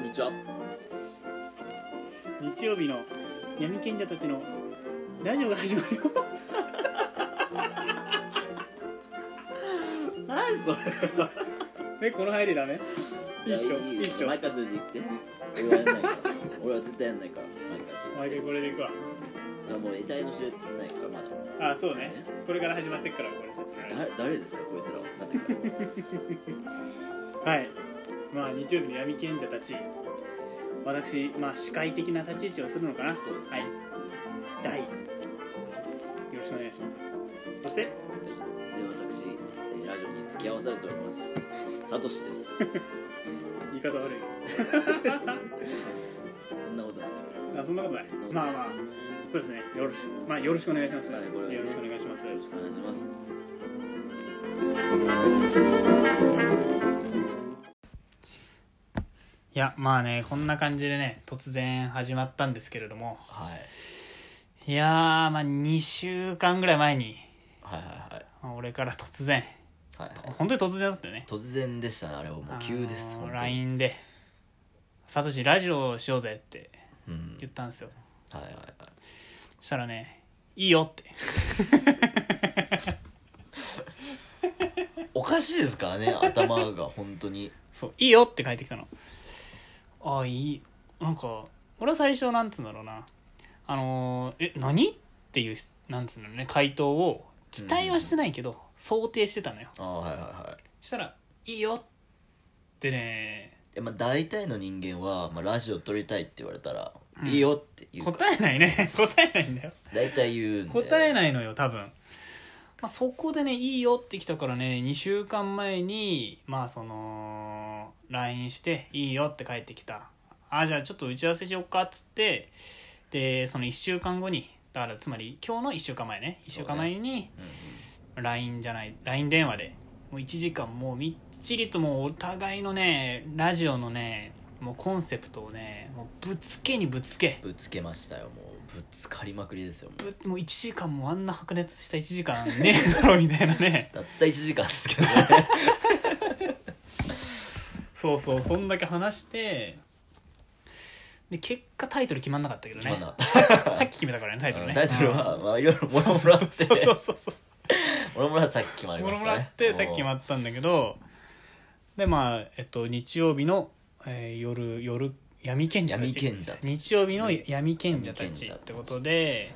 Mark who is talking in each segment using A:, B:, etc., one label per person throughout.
A: にちは
B: 日曜日の闇賢者たちのラジオが始まるよ
A: 何それ
B: えこの入りだね一緒
A: いやいいよ
B: 一緒
A: 毎回それで言って俺はやんないから俺は絶対やんないから毎回それ
B: 毎回これでいくわ
A: じゃあもう得体の知れてないからまだ
B: あそうねこれから始まってっから俺たちの
A: だ誰ですかこいつらはなってくる
B: はいまあ日曜日の闇賢者たち私まあ司会的な立ち位置をするのかな
A: そうですね
B: はい大と申しますよろしくお願いしますそして
A: はいで私えーラジオに付き合わされておりますサトシです
B: 言い方悪い
A: そんなことない
B: あそんなことないまあまあそうですねよろしまあよろしくお願いします、
A: はいこれはね
B: よろしくお願いします
A: よろしくお願いします
B: いやまあねこんな感じでね突然始まったんですけれども
A: はい
B: いやーまあ2週間ぐらい前に
A: はいはいはい
B: まあ俺から突然
A: はいはい
B: 本当に突然だったよね
A: 突然でしたねあれはもう急です
B: あのー
A: 本当に
B: LINE で「サトシラジオをしようぜ」って
A: うん
B: 言ったんですよ
A: はいはいはい
B: そしたらね「いいよ」って
A: おかしいですからね頭が本当に
B: そう「いいよ」って返ってきたのああいいなんか俺は最初なんつうんだろうなあのーえ何っていうなんつうんだろうね回答を期待はしてないけど、想定してたのよ
A: ああはいはいはい
B: したら「いいよ」ってね
A: えまあ、大体の人間は、まあ、ラジオ撮りたいって言われたら、
B: うん
A: いいよって言うから
B: 答えないね 答えないんだよ
A: 大体言うんで
B: 答え
A: い
B: ないのよ多分、まあ、そこでねいいよって来たからね2週間前にまあその LINE して「いいよ」って帰ってきたあじゃあちょっと打ち合わせしよっかっつってでその1週間後にだからつまり今日の1週間前ね1週間前に LINE じゃない LINE 電話でもう1時間もうみっちりともうお互いのねラジオのねもうコンセプトをねもうぶつけにぶつけ
A: ぶつけましたよもうぶつかりまくりですよもう
B: ぶもう1時間もあんな白熱した1時間ね えだろみたいなね
A: たった1時間ですけどね
B: そうそうそんだけ話してで結果タイトル決まんなかったけど
A: 決
B: ね
A: まんなかっ た
B: さっき決めたからねタイトルね
A: タイトルは、まあ、いろいろもろもらって
B: そうそうそうそう
A: もろもろはさっき決まり
B: も
A: ま
B: ろ
A: し
B: も
A: た
B: ら
A: ね
B: ってさっき決
A: も
B: まったんだけどでまあ、えっと、日曜日の、えー夜夜闇賢
A: う
B: 者た
A: 闇
B: ち
A: 賢者
B: 日曜日の闇賢者た
A: 闇賢
B: ち
A: 者
B: った
A: ち
B: てことで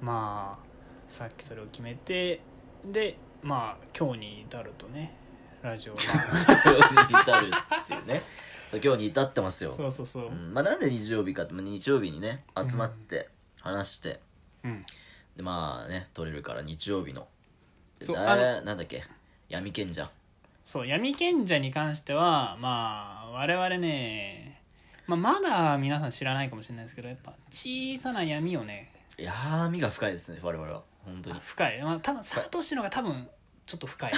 B: まあさっきそれを決めてでまあ今日に至るとねラ ジオま
A: 今日に至るっていうねそう今日に至ってます
B: あ
A: よ
B: そうそうそう、
A: うんまあ、なんで日曜日かってまあ日曜日にね集まって話して、
B: うん、
A: でまあね撮れるから日曜日ので
B: そう
A: だい
B: あ
A: なんだっけ闇賢者
B: そう闇賢者に関してはまあ我々ね、まあ、まだ皆さん知らないかもしれないですけどやっぱ小さな闇をね
A: 闇が深いですね我々は本当に
B: あ深い、まあ、多分サトシの方が多分ちょっと 深い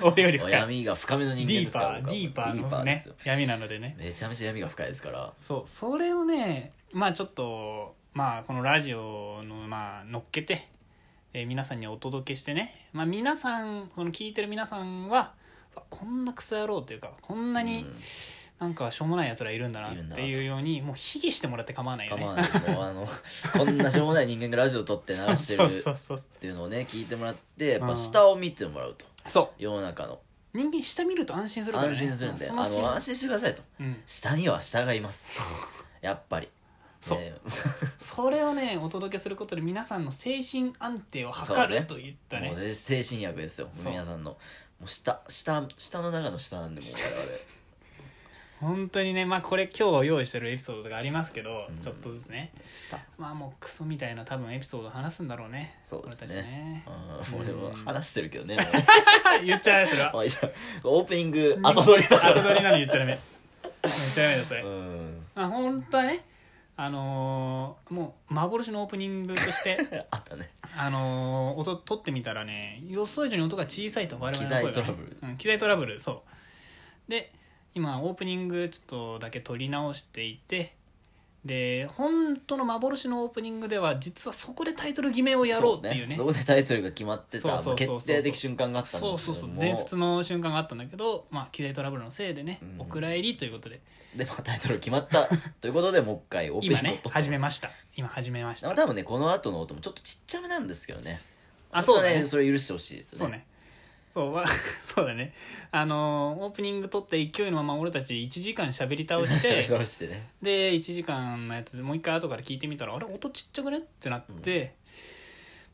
B: 俺より深い
A: 闇が深めの
B: デ
A: 人間
B: ィー
A: です
B: パ
A: から
B: ーディーパー
A: 僕は
B: の
A: ディーパーで
B: ね
A: すよ
B: 闇なのでね
A: めちゃめちゃ闇が深いですから
B: そうそれをねまあちょっとまあこのラジオのまあ乗っけて、えー皆さんにお届けしてね、まあ、皆さんその聞いてる皆さんはうわこんなクソ野郎というかこんなに
A: うん
B: なんかしょうもないやつらいるんだない
A: るん
B: っ
A: だ
B: ていうようにもう卑下してもらって構わないよ
A: 構
B: ね
A: わないですもう あのこんなしょうもない人間がラジオ撮って流してる
B: そうそう
A: っ
B: そうそう
A: ていうのをね聞いてもらってやっ
B: う
A: ぱ
B: ん
A: 下を見てもらうと
B: そう
A: 世の中の
B: 人間下見ると安心するから、ね、
A: 安心するんで
B: そ
A: あ
B: の
A: の
B: 心
A: 安心してくださいと
B: うん、
A: 下には下がいますやっぱり
B: そう
A: ね
B: それをねお届けすることで皆さんの精神安定を図
A: そう
B: る
A: ね
B: といったね
A: もうね精神薬ですよ
B: そう
A: 皆さんのもう下下下の中の下なんでもう我々
B: 本当にねまあこれ今日用意してるエピソードとかありますけど、
A: うん
B: ちょっとずつね
A: 下
B: まあもうクソみたいな多分エピソード話すんだろうね
A: そうです
B: 俺
A: ね
B: たちね
A: うん俺 は
B: うん
A: 話してるけどねもう
B: 言っちゃダメそれは
A: まあいいじゃんオープニング 後取りだから
B: 後取りなのに言っちゃダ メ言っちゃダメだそれ、
A: うん
B: まあ本当はねあのーもう幻のオープニングとして
A: あったね
B: あのー音撮ってみたらね予想以上に音が小さいと我々の声が、ね、
A: 機材トラブル
B: うん、機材トラブルそうで今オープニングちょっとだけ撮り直していてで本当の幻のオープニングでは実はそこでタイトル決めをやろうっていうね
A: そこでタイトルが決まってた
B: そうそうそうそう
A: 決定的瞬間があったんですけど
B: そ
A: も
B: うそうそう伝説の瞬間があったんだけど、まあ、機材トラブルのせいでね、
A: うん
B: お蔵入りということで
A: でまあタイトル決まったということでもう一回オープニング
B: 今ね
A: を撮ってます
B: 始めました今始めまし
A: まあ
B: た
A: 多分ねこの後の音もちょっとちっちゃめなんですけどね
B: あそうだ
A: ちょっと
B: ね
A: それ許してほしいですよね
B: そうねそうわ そうだねあのーオープニング撮って勢いのまま俺たち1時間喋り倒して
A: それをしてね
B: で1時間のやつもう一回後から聞いてみたらあれ音ちっちゃくねってなって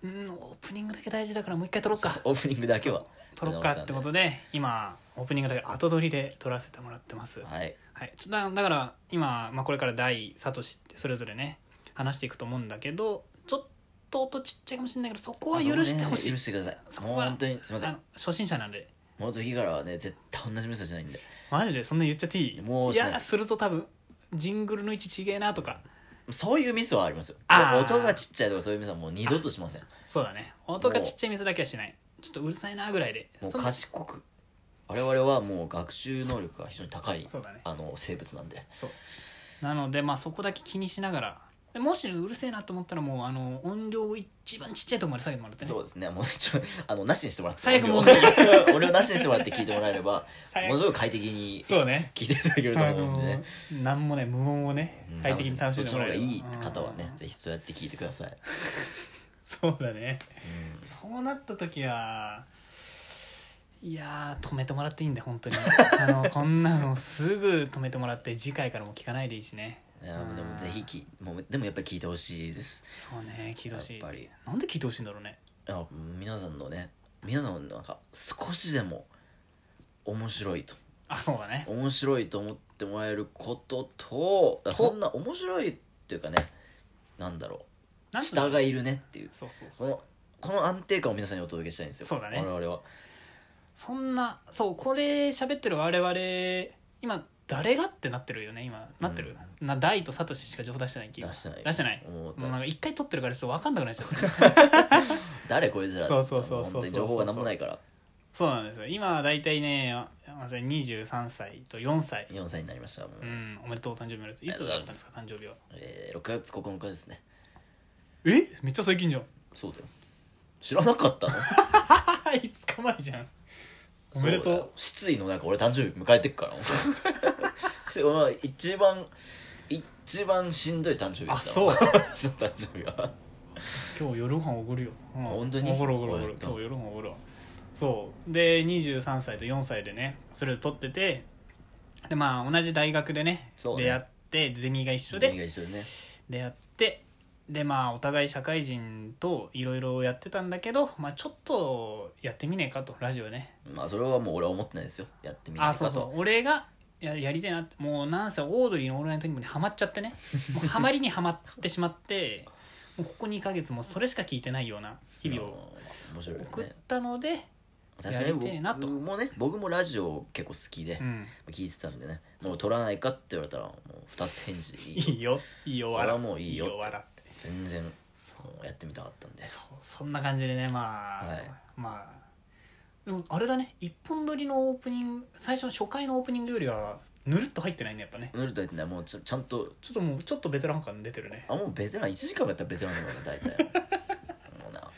B: うんオープニングだけ大事だからもう一回撮ろうか
A: オープニングだけは
B: 撮ろうかってことで今オープニングだけ後撮りで撮らせてもらってます
A: はい
B: はい、ちょだだから今、まあ、これから大サトシってそれぞれね話していくと思うんだけどちょっと音ちっちゃいかもしれないけどそこは許してほしい、
A: あそこね許してください
B: そ
A: も
B: こ
A: う
B: は
A: 本当にすいませ
B: あ
A: ん
B: の初心者なんで
A: もう次からはね絶対同じミスじゃないんで
B: マジでそんな言っちゃっていい
A: もう
B: い
A: しない
B: や
A: です
B: すると多分ジングルの位置ちげえなとか
A: そういうミスはありますよ
B: あー
A: 音がちっちゃいとかそういうミスはもう二度としません
B: そうだね音がちっちゃい店だけはしないちょっとうるさいなぐらいで
A: もう
B: そんな
A: 賢く我々はもう学習能力が非常に高い
B: そうだね
A: あの生物なんで
B: そうなのでまあそこだけ気にしながらでもしうるせえなと思ったらもうあの音量を一番ちっちゃいとこまで下げてもらってね
A: そうですねもうちょあのなしにしてもらって
B: 最悪問
A: 問
B: 題
A: 題 俺をなしにしてもらって聞いてもらえれば
B: 最悪
A: ものすごく快適に
B: そうね
A: 聞いていただけると
B: あ
A: 思うん
B: の
A: でね
B: 何もね無音をね
A: うん
B: 快適に楽しんでもらえる
A: そっちの方がいいって方はね
B: うん
A: ぜひそうやって聞いてください
B: そうだねそうなった時はいやー止めてもらっていいんだよ本 当にあのこんなのすぐ止めてもらって次回からも聞かないでいいしね
A: いやでもぜひきもうでもやっぱり聞いてほしいです
B: そうね聞いてほしい
A: やっぱり
B: なんで聞いてほしいんだろうね
A: いや皆さんのね皆さんのなんか少しでも面白いと
B: あそうだね
A: 面白いと思ってもらえることとだからそんな面白いっていうかねなんだろう
B: なんと
A: 下がいるねっていう
B: そうそうそ
A: そうのこの安定感を皆さんにお届けしたいんですよ
B: そうだね
A: 我々は
B: そんなそうこれ喋ってる我々今誰がってなってるよね今なってる、な大とサトシしか情報出してない気
A: 出
B: が
A: してない
B: 出してない
A: もう
B: もうなんか一回撮ってるからちょっと分かんなくなっちゃった
A: 誰こいつら
B: そうそうそうそう
A: 本当に情報が何もないから
B: そうなんですよ今大体ねああ23歳と4歳
A: 4歳になりましたもう
B: うんおめでとうお誕生日おめでとういつだったんですか誕生日は
A: えー6月9日ですね
B: えめっちゃ最近じゃん
A: そうだよ知らなかったの
B: 5日前じゃん おめでと
A: そうだよ失意のなんか俺誕生日迎えてっから そうまあ一番一番しんどい誕生日でした
B: あそう
A: そ の誕生日は
B: 今日夜ご飯おごるよ、うん、
A: 本当に
B: おごるおごるおご
A: お
B: る
A: い
B: 今日夜ご飯おごるわそうで23歳と4歳でねそれを撮っててでまあ同じ大学でね
A: そうね
B: 出会ってゼミが一緒
A: 何
B: で
A: が一緒でね
B: 出会ってでまあお互い社会人といろいろやってたんだけど、まあ、ちょっとやってみねえかとラジオね
A: まあそれはもう俺は思ってないですよやってみない
B: あ
A: か
B: そ
A: と
B: うそう俺がややりたいなってもうなんせオードリーの「オールナイトニッポン」にハマっちゃってね もうハマりにはまってしまってもうここ2ヶ月もそれしか聞いてないような日々を
A: うん面白いよ
B: 送っ
A: ね
B: たので、
A: 確かに
B: やりてえなと
A: 僕もね僕もラジオ結構好きで
B: うん、
A: 聞いてたんでねもう撮らないかって言われたらもう2つ返事でい
B: い
A: いよ
B: いよいいよ
A: それ
B: 笑
A: はもういいよ
B: 笑って
A: 全然もうやってみたかったんで
B: そうそんな感じでねまあ、
A: はい
B: まあでもあれだね一本撮りのオープニング最初の初回のオープニングよりはぬるっと入ってないねやっぱね
A: 塗るとやってないもうちょちゃんと
B: ちょっともうちょっとベテラン感出てるね
A: あもうベテラン1時間もやったらベテランだもんね大 体もうな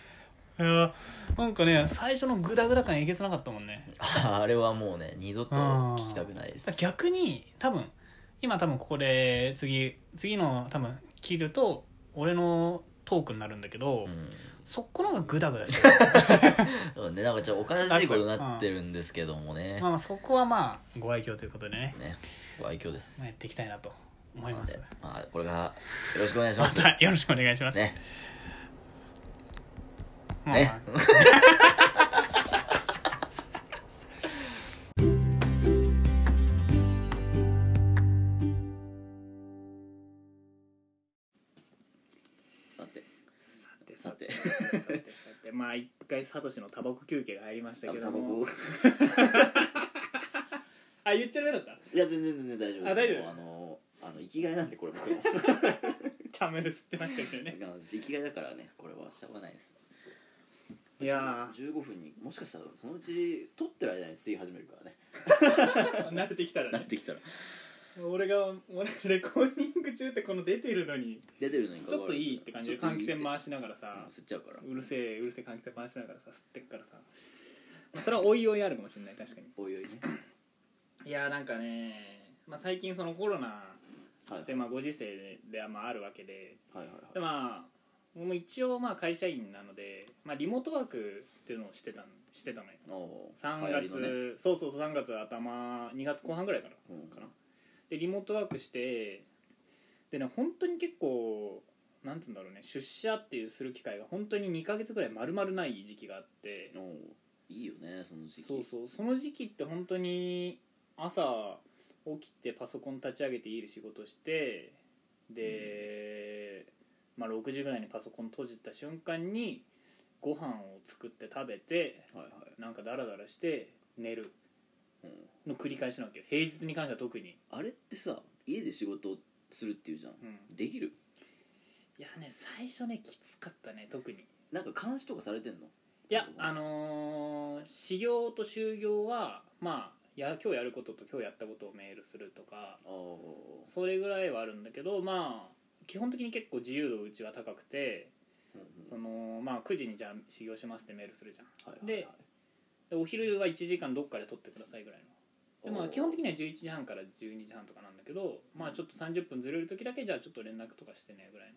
A: い
B: やなんかね最初のグダグダ感えげつなかったもんね
A: ああれはもうね二度と聞きたくないです
B: 逆に多分今多分ここで次次の多分聞ると俺のトークになるんだけど、
A: うん
B: そこの方がグダグダ してる
A: そうね、なんかちょっとおかしいことになってるんですけどもね
B: まあまあそこはまあご愛嬌ということでね
A: ねご愛嬌です
B: やっていきたいなと思い
A: な
B: ま
A: の
B: す
A: でまあこれからよろしくお願いしま
B: ますたよろしくお願いします、
A: ね
B: まあまあ
A: ねさてさて
B: さてさてまあ一回サトシのタバコ休憩が入りましたけど
A: タバ
B: も
A: コ
B: あ言っちゃダメだった
A: いや全然全然大丈夫です
B: あ大丈夫
A: もうあのあの生きがいなんでこれ僕の
B: タメル吸ってましたけど ね
A: 生きがいだからねこれはしょうがないです
B: いや
A: 15分にもしかしたらそのうち撮ってる間に吸い始めるからね
B: ー慣れてきたら
A: なっ
B: ね
A: てきたら
B: 俺が俺レコーディング中ってこの出てるのに
A: 出てるのに
B: ちょっといいって感じで換気扇回
A: し
B: しながら
A: うん
B: さ
A: 吸っちゃうから
B: うるせえうるせえ換気扇回しながらさ吸ってっからさまあそれはおいおいあるかもしれない確かに
A: おいおいね
B: いやーなんかね、まあ、最近そのコロナ
A: はいはい
B: でまあご時世でまああるわけで
A: はいはい
B: でまあ僕も一応まあ会社員なので、まあ、リモートワークっていうのをしてたんしてたのよ
A: おー
B: 3
A: 流行り
B: 月、
A: のね
B: そうそうそう3月頭2月後半ぐらいから
A: うん
B: かなでリモートワークしてでね本当に結構なんつうんだろうね出社っていうする機会が本当に2ヶ月ぐらい丸々ない時期があって
A: おーいいよねその時期
B: そうそうその時期って本当に朝起きてパソコン立ち上げている仕事してで、まあ、6時ぐらいにパソコン閉じた瞬間にご飯を作って食べて
A: はいは
B: なんかダラダラして寝る
A: い、うん
B: の繰り返しなわけよ平日に関しては特に、
A: あれってさ家で仕事するっていうじゃん
B: うん、
A: できる
B: いやね最初ねきつかったね特に
A: なんか監視とかされてんの
B: いや
A: うん
B: あのー、始業と就業はまあや今日やることと今日やったことをメールするとか
A: あー
B: それぐらいはあるんだけどまあ基本的に結構自由度うちは高くて
A: うんうん
B: そのまあ9時にじゃあ始業しますってメールするじゃん
A: はいはいはい
B: ででお昼は1時間どっかで取ってくださいぐらいのでまあ基本的には11時半から12時半とかなんだけどまあちょっと30分ずれる時だけじゃあちょっと連絡とかしてねぐらいの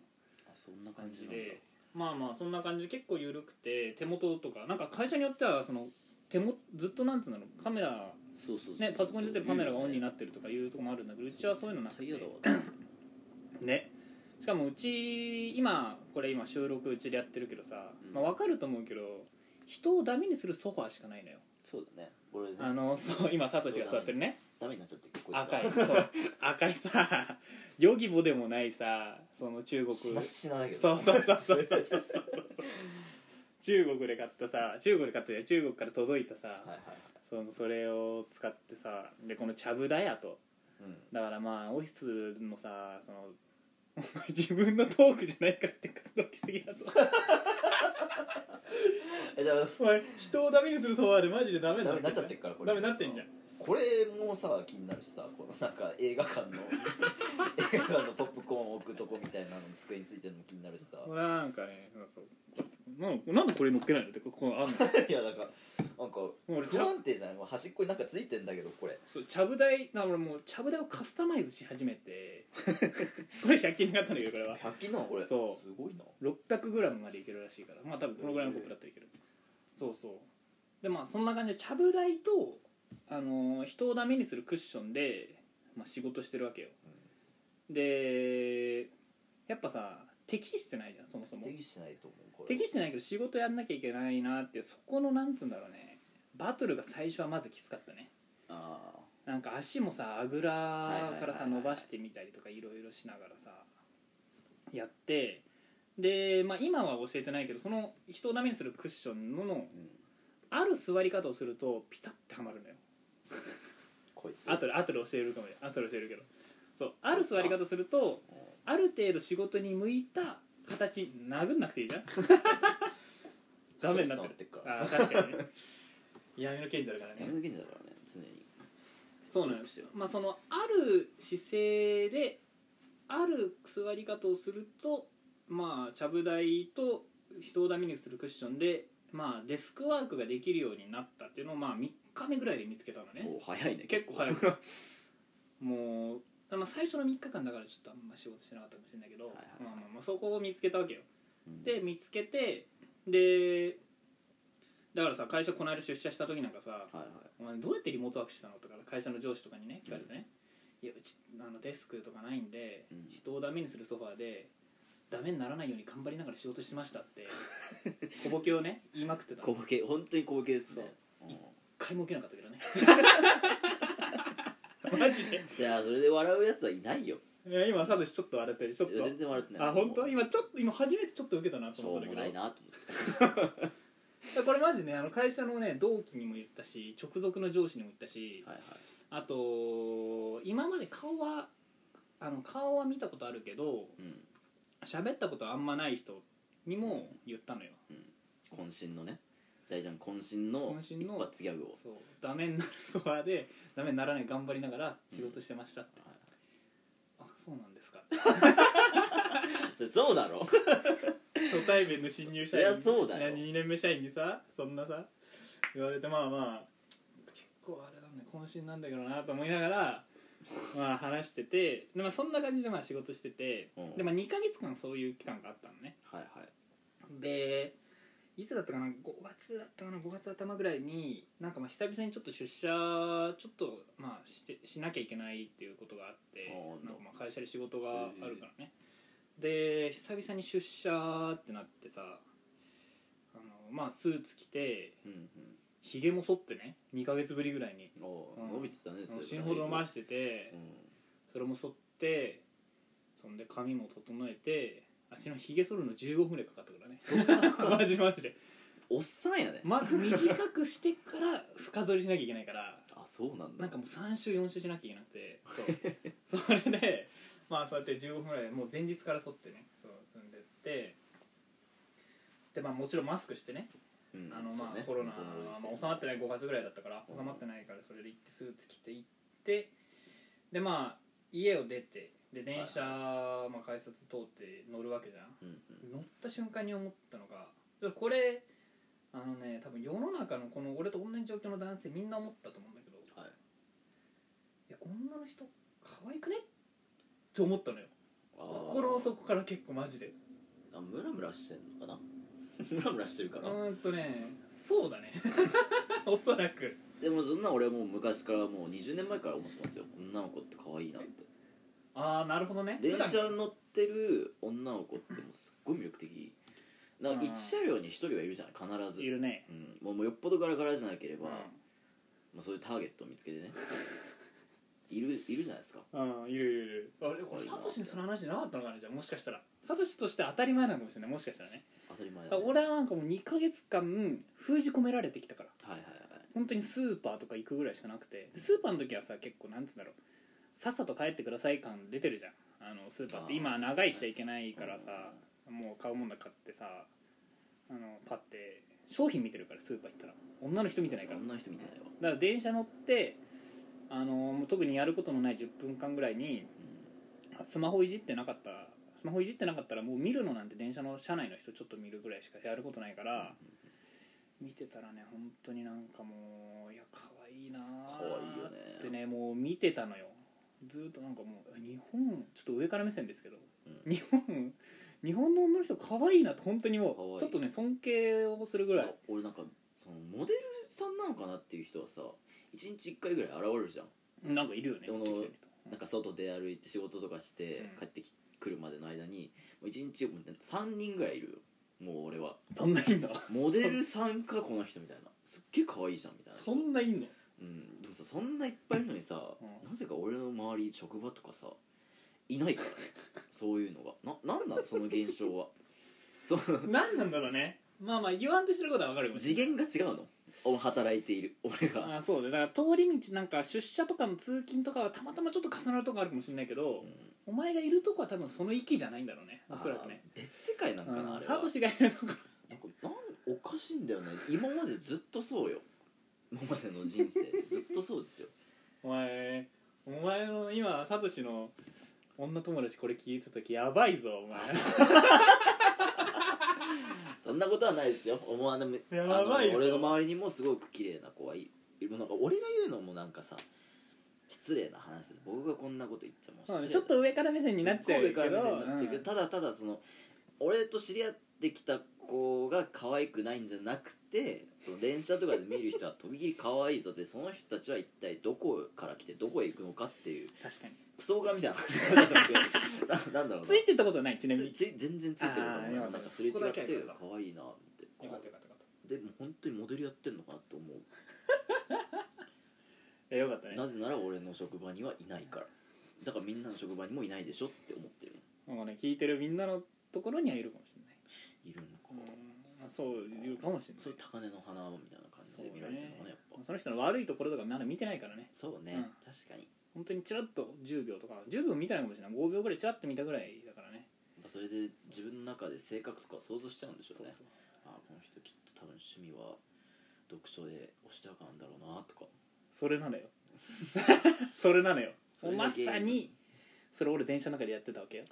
A: あそんな感
B: 感
A: じ
B: じ
A: なんだ
B: でまあまあそんな感じで結構緩くて手元とかなんか会社によってはその手もずっとなんつうんだろうカメラ、
A: そうそうそう
B: ね、パソコンに出てるカメラがオンにな
A: っ
B: ってるとかいうとこもあるんだけどうちはそういうのなくて
A: 嫌だわだって
B: ねしかもうち今これ今収録うちでやってるけどさ、
A: うん
B: まあ、分かると思うけど人をダメにするソファーしかないのよ
A: そうだね俺ね
B: あのそう今サトシが座ってるね
A: ダメになっちゃってこいつ
B: 赤いそう赤いさヨギボでもないさその中国
A: しなしなだけど
B: そうそうそうそうそうそうそう中国で買ったさ中国で買ったじゃん中国から届いたさ、
A: はいはい
B: そのそれを使ってさでこの茶ぶだやと
A: うん
B: だからまあオフィスのさその お前自分のトークじゃないかって届きすぎやぞ
A: えじゃあ
B: お前人をダメにするそうあれマジでダメ
A: ダメになっちゃってるからこれ
B: ダメになってんじゃん
A: これもさ気になるしさこのなんか映画館 の映画館のポップコーン置くとこみたいなの机についてるの気になるしさ
B: これなんかねそうそうなんなんでこれ乗っけないのってここあ んの
A: いやなんかなんか
B: 俺
A: 不安定じゃないもう端っこになんかついてんだけどこれ
B: そう茶ぶ台だからもう茶ぶ台をカスタマイズし始めて これ100均に買ったんだけどこれは
A: 100均なのこれ
B: そう
A: すごいな
B: 600g までいけるらしいからまあ多分このぐらいのコップだったらいける、そうそうでまあそんな感じでちゃぶ台と、あのー人をダメにするクッションで、まあ、仕事してるわけよ、でやっぱさ適してないじゃんそもそも
A: 適してないと思うこれ
B: 適してないけど仕事やんなきゃいけないなってそこのなんつうんだろうねバトルが最初はまずきつかったね
A: ああ
B: なんか足もさあぐらから
A: はいはいはいは
B: さ
A: い
B: 伸ばしてみたりとかいろいろしながらさやってで、まあ、今は教えてないけどその人をダメにするクッションの
A: うん
B: ある座り方をするとピタッてはまるのよ
A: こいつ
B: 後で後で教えるかもよ後で教えるけどそうある座り方するとある程度仕事に向いた形殴んなくていいじゃんダメになってる
A: ストレス溜まってっから
B: あー確かにね闇の賢者だからね
A: 闇の賢者だからね常に
B: そうなんですよ、まあ、そのある姿勢である座り方をするとまあちゃぶ台と人をダメにするクッションで、まあ、デスクワークができるようになったっていうのを、まあ、3日目ぐらいで見つけたのね
A: お早いね
B: 結構早くもうあの最初の3日間だからちょっとあんま仕事してなかったかもしれないけど、
A: はいはいはい
B: まあまあまあそこを見つけたわけよ
A: うん
B: で見つけてでだからさ会社この間出社した時なんかさ、
A: はいはい
B: お前どうやってリモートワークしてたのとか会社の上司とかにね聞かれてね、いやうちあのデスクとかないんで、
A: うん
B: 人をダメにするソファーでダメにならないように頑張りながら仕事してましたって 小ボケをね言いまくってたの
A: 後
B: 一
A: 継本当に後継ですねうん
B: 回も受けなかった けどねマジで
A: じゃあそれで笑うやつはいないよ
B: いや今サトシちょっと笑ったりちょっ
A: いや全
B: と
A: 然笑ってない
B: あ本当
A: も
B: 今ちょっと今初めてちょっと受けたな
A: う
B: と
A: し
B: 思
A: ょ
B: っ
A: う
B: たん
A: も
B: だ
A: な
B: け
A: い
B: ど
A: なと思って
B: これマジねあの会社のね同期にも言ったし直属の上司にも言ったし、
A: はいはい
B: あと今まで顔はあの顔は見たことあるけど
A: うん
B: 喋ったことあんまない人にも言ったのよ
A: 渾身のね大ちゃん渾身の
B: 渾身
A: 一
B: の
A: 発ギャグを
B: そうダメになるソファーでダメにならない頑張りながら仕事してましたって、
A: はい
B: そうなんですか
A: そりゃそうだろ
B: 初対面の新入社員
A: そりゃそうだよ
B: 2年目社員にさそんなさ言われてまあまあ結構あれなんだよ渾身なんだけどなと思いながらまあ話しててで、まあ、そんな感じでまあ仕事してて、
A: うん
B: でまあ2か月間そういう期間があったのね
A: はいはい
B: でいつだったかな5月だったかな5月頭ぐらいになんかまあ久々にちょっと出社ちょっとまあしてしなきゃいけないっていうことがあって
A: あー
B: なんかまあ会社で仕事があるからね、で久々に出社ってなってさあのまあスーツ着て
A: うん
B: ひげも剃ってね2ヶ月ぶりぐらいに
A: うんお
B: うん
A: ー伸びてたね
B: 死ぬほど伸ば
A: て
B: してて
A: うん
B: それも剃ってそんで髪も整えてあしのひげ剃るの15分ぐらいかかったからね
A: そんな
B: マジマジで
A: おっさんやね
B: まず短くしてから深剃りしなきゃいけないから
A: あそうなんだ
B: なんかもう3週4週しなきゃいけなくてそうそ れでまあそうやって15分ぐらいでもう前日から剃ってねそう踏んでってでまあもちろんマスクしてね
A: うん
B: あの
A: そ
B: ま
A: う
B: あ、
A: ね
B: コロナ
A: このご時世
B: まあ、収まってない5月ぐらいだったから
A: うん
B: 収まってないからそれで行ってスーツ着て行ってでまあ家を出てで電車、まあ、改札通って乗るわけじゃん
A: うんうん
B: 乗った瞬間に思ったのがこれあのね多分世の中のこの俺と同じ状況の男性みんな思ったと思うんだけどい
A: はい
B: や女の人可愛くねって思ったのよ
A: あー
B: 心の底から結構マジで
A: あムラムラしてんのかな ムラムラしてるか
B: う
A: ら
B: ーんとねそうだね おそらく
A: でもそんな俺はもう昔からもう20年前から思ってますよ女の子って可愛いなって
B: ああなるほどね
A: 電
B: 普段
A: 車乗ってる女の子ってもうすっごい魅力的なんか
B: う
A: 1
B: ん
A: 車両に1人はいるじゃない必ず
B: いるね
A: うん、もうもうよっぽどガラガラじゃなければ、
B: うん
A: まあ、そういうターゲットを見つけ てねいるいるじゃないですか
B: うんいるいるいるあれこれサトシにその話じゃなかったのかなじゃあもしかしたらサトシとして当たり前なのかもしれないもしかしたらね
A: 当たり
B: だ
A: 前だ、
B: から
A: ね、
B: 俺はなんかもう2ヶ月間封じ込められてきたから
A: はいはいは
B: 本当にスーパーとか行くぐらいしかなくてスーパーの時はさ結構なんつうんだろうさっさと帰ってください感出てるじゃんあのスーパーって
A: あー
B: 今長いしちゃいけないからさ
A: は
B: もう買うもんだ買ってさあのパッて商品見てるからスーパー行ったら女の人見てない
A: い
B: から
A: そ
B: だ
A: ん
B: か
A: な人見てないわ、
B: ら電車乗ってあのもう特にやることのない10分間ぐらいに
A: う
B: スマホいじってなかったスマホいじってなかったらもう見るのなんて電車の車内の人ちょっと見るぐらいしかやることないから、見てたらね本当になんかもういや可愛いなー
A: 可愛いよね
B: ってねもう見てたのよずーっとなんかもう日本ちょっと上から目線ですけど
A: ん
B: 日本日本の女の人可愛いなって本当に
A: 可
B: も
A: 愛
B: う
A: い
B: ちょっとね尊敬をするぐ
A: うん
B: らい
A: 俺なんかそのモデルさんなのかなっていう人はさ1日1回ぐらい現れるじゃん
B: なんかいるよね
A: この
B: 適当に言うと
A: なんか外で歩いて仕事とかして
B: うん
A: 帰ってき、来るまでの間にもう1日もう3人ぐらいいるよもう俺は
B: そんないんの
A: モデルさんかこの人みたいなすっげえ可愛いじゃんみたいな
B: そんないんの
A: うん、でもさそんないっぱいいるのにさ、
B: うん
A: なぜか俺の周り職場とかさいないからねそういうのがななんなのその現象は その
B: 何なんだろうねまあまあ言わんとしてることはわかるよ
A: 次元が違うのお働いている俺が、
B: あそうだだから通り道なんか出社とかの通勤とかはたまたまちょっと重なるとこあるかもしれないけど、
A: うん
B: お前がいるとこは多分その域じゃないんだろうねおそらくね
A: あー別世界なんかなあれは
B: サ
A: なん
B: ト
A: か
B: シがいるとこ
A: なんおかしいんだよね今までずっとそうよ今までの人生ずっとそうですよ
B: お前お前の今サトシの女友達これ聞いた時やばいぞお前
A: あそそんなことはないですよ思わない
B: やばいぞ
A: あの俺の周りにもすごく綺麗な子はいるなんか俺が言うのもなんかさ失礼な話です僕がこんなこと言っちゃもう失
B: う
A: 礼
B: んちょっと上から目線になっちゃうけ
A: すっごい上から目線になってるけど
B: ど
A: ただただその俺と知り合ってきた子が可愛くないんじゃなくてその電車とかで見る人はとびきり可愛いぞでその人たちは一体どこから来てどこへ行くのかっていう
B: 確かに
A: ストーカーみたいな話になってますよななんだろうな
B: ついてったことはないちなみ
A: つ
B: に
A: つ全然ついてるから
B: あーよかった
A: なんかすれ違っ
B: そこだけは
A: て
B: よかった
A: 可愛いなって
B: よかったよかったよかっ
A: でも本当にモデルやってんのかなって思う
B: たいやよかったね
A: なぜなら俺の職場にはいないからだからみんなの職場にもいないでしょって思ってる
B: もうね聞いてるみんなのところにはいるかもしれない
A: いるの
B: うん
A: か
B: まあそういうかもしれない
A: そういう高嶺の花みたいな感じで見られてるのかねやっぱ
B: その人の悪いところとかまだ見てないからね
A: そうね、
B: うん
A: 確かに、
B: 本当にチラッと10秒とか10秒見てないかもしれない5秒ぐらいチラッと見たぐらいだからね
A: まあ、それで自分の中で性格とかを想像しちゃうんでしょうね
B: う
A: ああこの人きっと多分趣味は読書でおしとやかなんだろうなとか
B: それなのよそれなのよ
A: それ
B: ま
A: が原因
B: さにそれ俺電車の中でやってたわけよ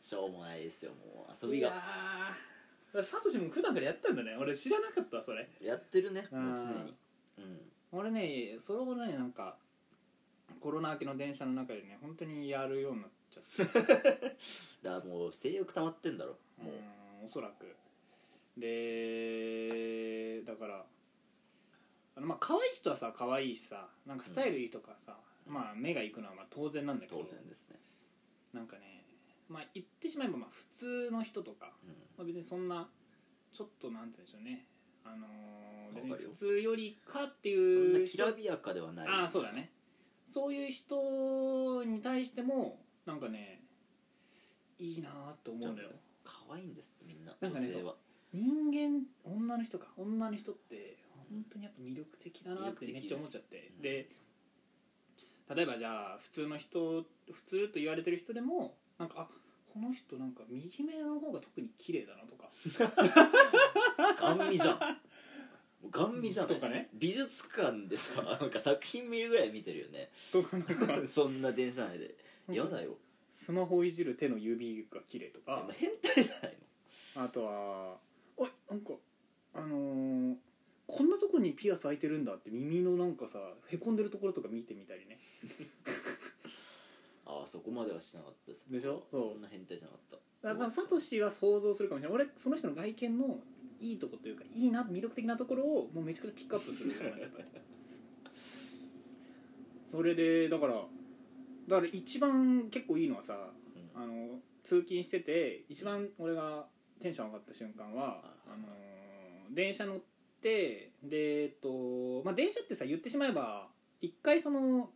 A: しょうもないですよもう遊び
B: い
A: が
B: やーサトシも普段からやってたんだね俺知らなかったわそれ
A: やってるね
B: う
A: も
B: ん
A: う常にうん
B: 俺ねそれほどねなんかコロナ明けの電車の中でね本当にやるようになっちゃって
A: だからもう性欲溜まってんだろもう
B: うんおそらくでだからあのまあ可愛い人はさ可愛いしさなんかスタイルいい人からさ、
A: うん
B: まあ目がいくのはまあ当然なんだけど
A: 当然ですね
B: なんかねまあ言ってしまえばまあ普通の人とか、
A: うん
B: まあ、別にそんなちょっとなんつうんでしょうねあのー別に
A: わかるよ
B: 普通よりかって
A: そんないき
B: 人
A: らびやかではない
B: ああそうだねそういう人に対してもなんかねいいなーって思うんだよ
A: 可愛いんですってみんな
B: な
A: 女
B: んかね
A: 性は
B: 人間女の人か女の人って本当にやっぱ魅力的だなって
A: 魅力的
B: めっちゃ思っちゃって
A: うん
B: で例えばじゃあ普通の人普通と言われてる人でもなんかあこの人なんか右目の方が特に綺麗だなと か
A: ガンミじゃんもうガンミじゃん
B: とかね
A: 美術館でさ なんか作品見るぐらい見てるよ ね
B: とかなんか
A: そんな電車内で嫌だよ
B: スマホいじる手の指が綺麗と
A: で
B: か
A: も変態じゃない
B: あとは「おいなんかあのーこんなとこにピアス開いてるんだ」って耳のなんかさへこんでるところとか見てみたりね
A: のああそこまではしなかったです
B: でしょそう
A: そんな変態じゃなかった
B: だからサトシは想像するかもしれない俺その人の外見のいいとこというかいいな魅力的なところをもうめちゃくちゃピックアップするようになっちゃったそれでだからだから一番結構いいのはさ
A: うん
B: あの通勤してて一番俺がテンション上がった瞬間は、
A: い
B: あのー電車乗ってでえっと、まあ、電車ってさ言ってしまえば一回その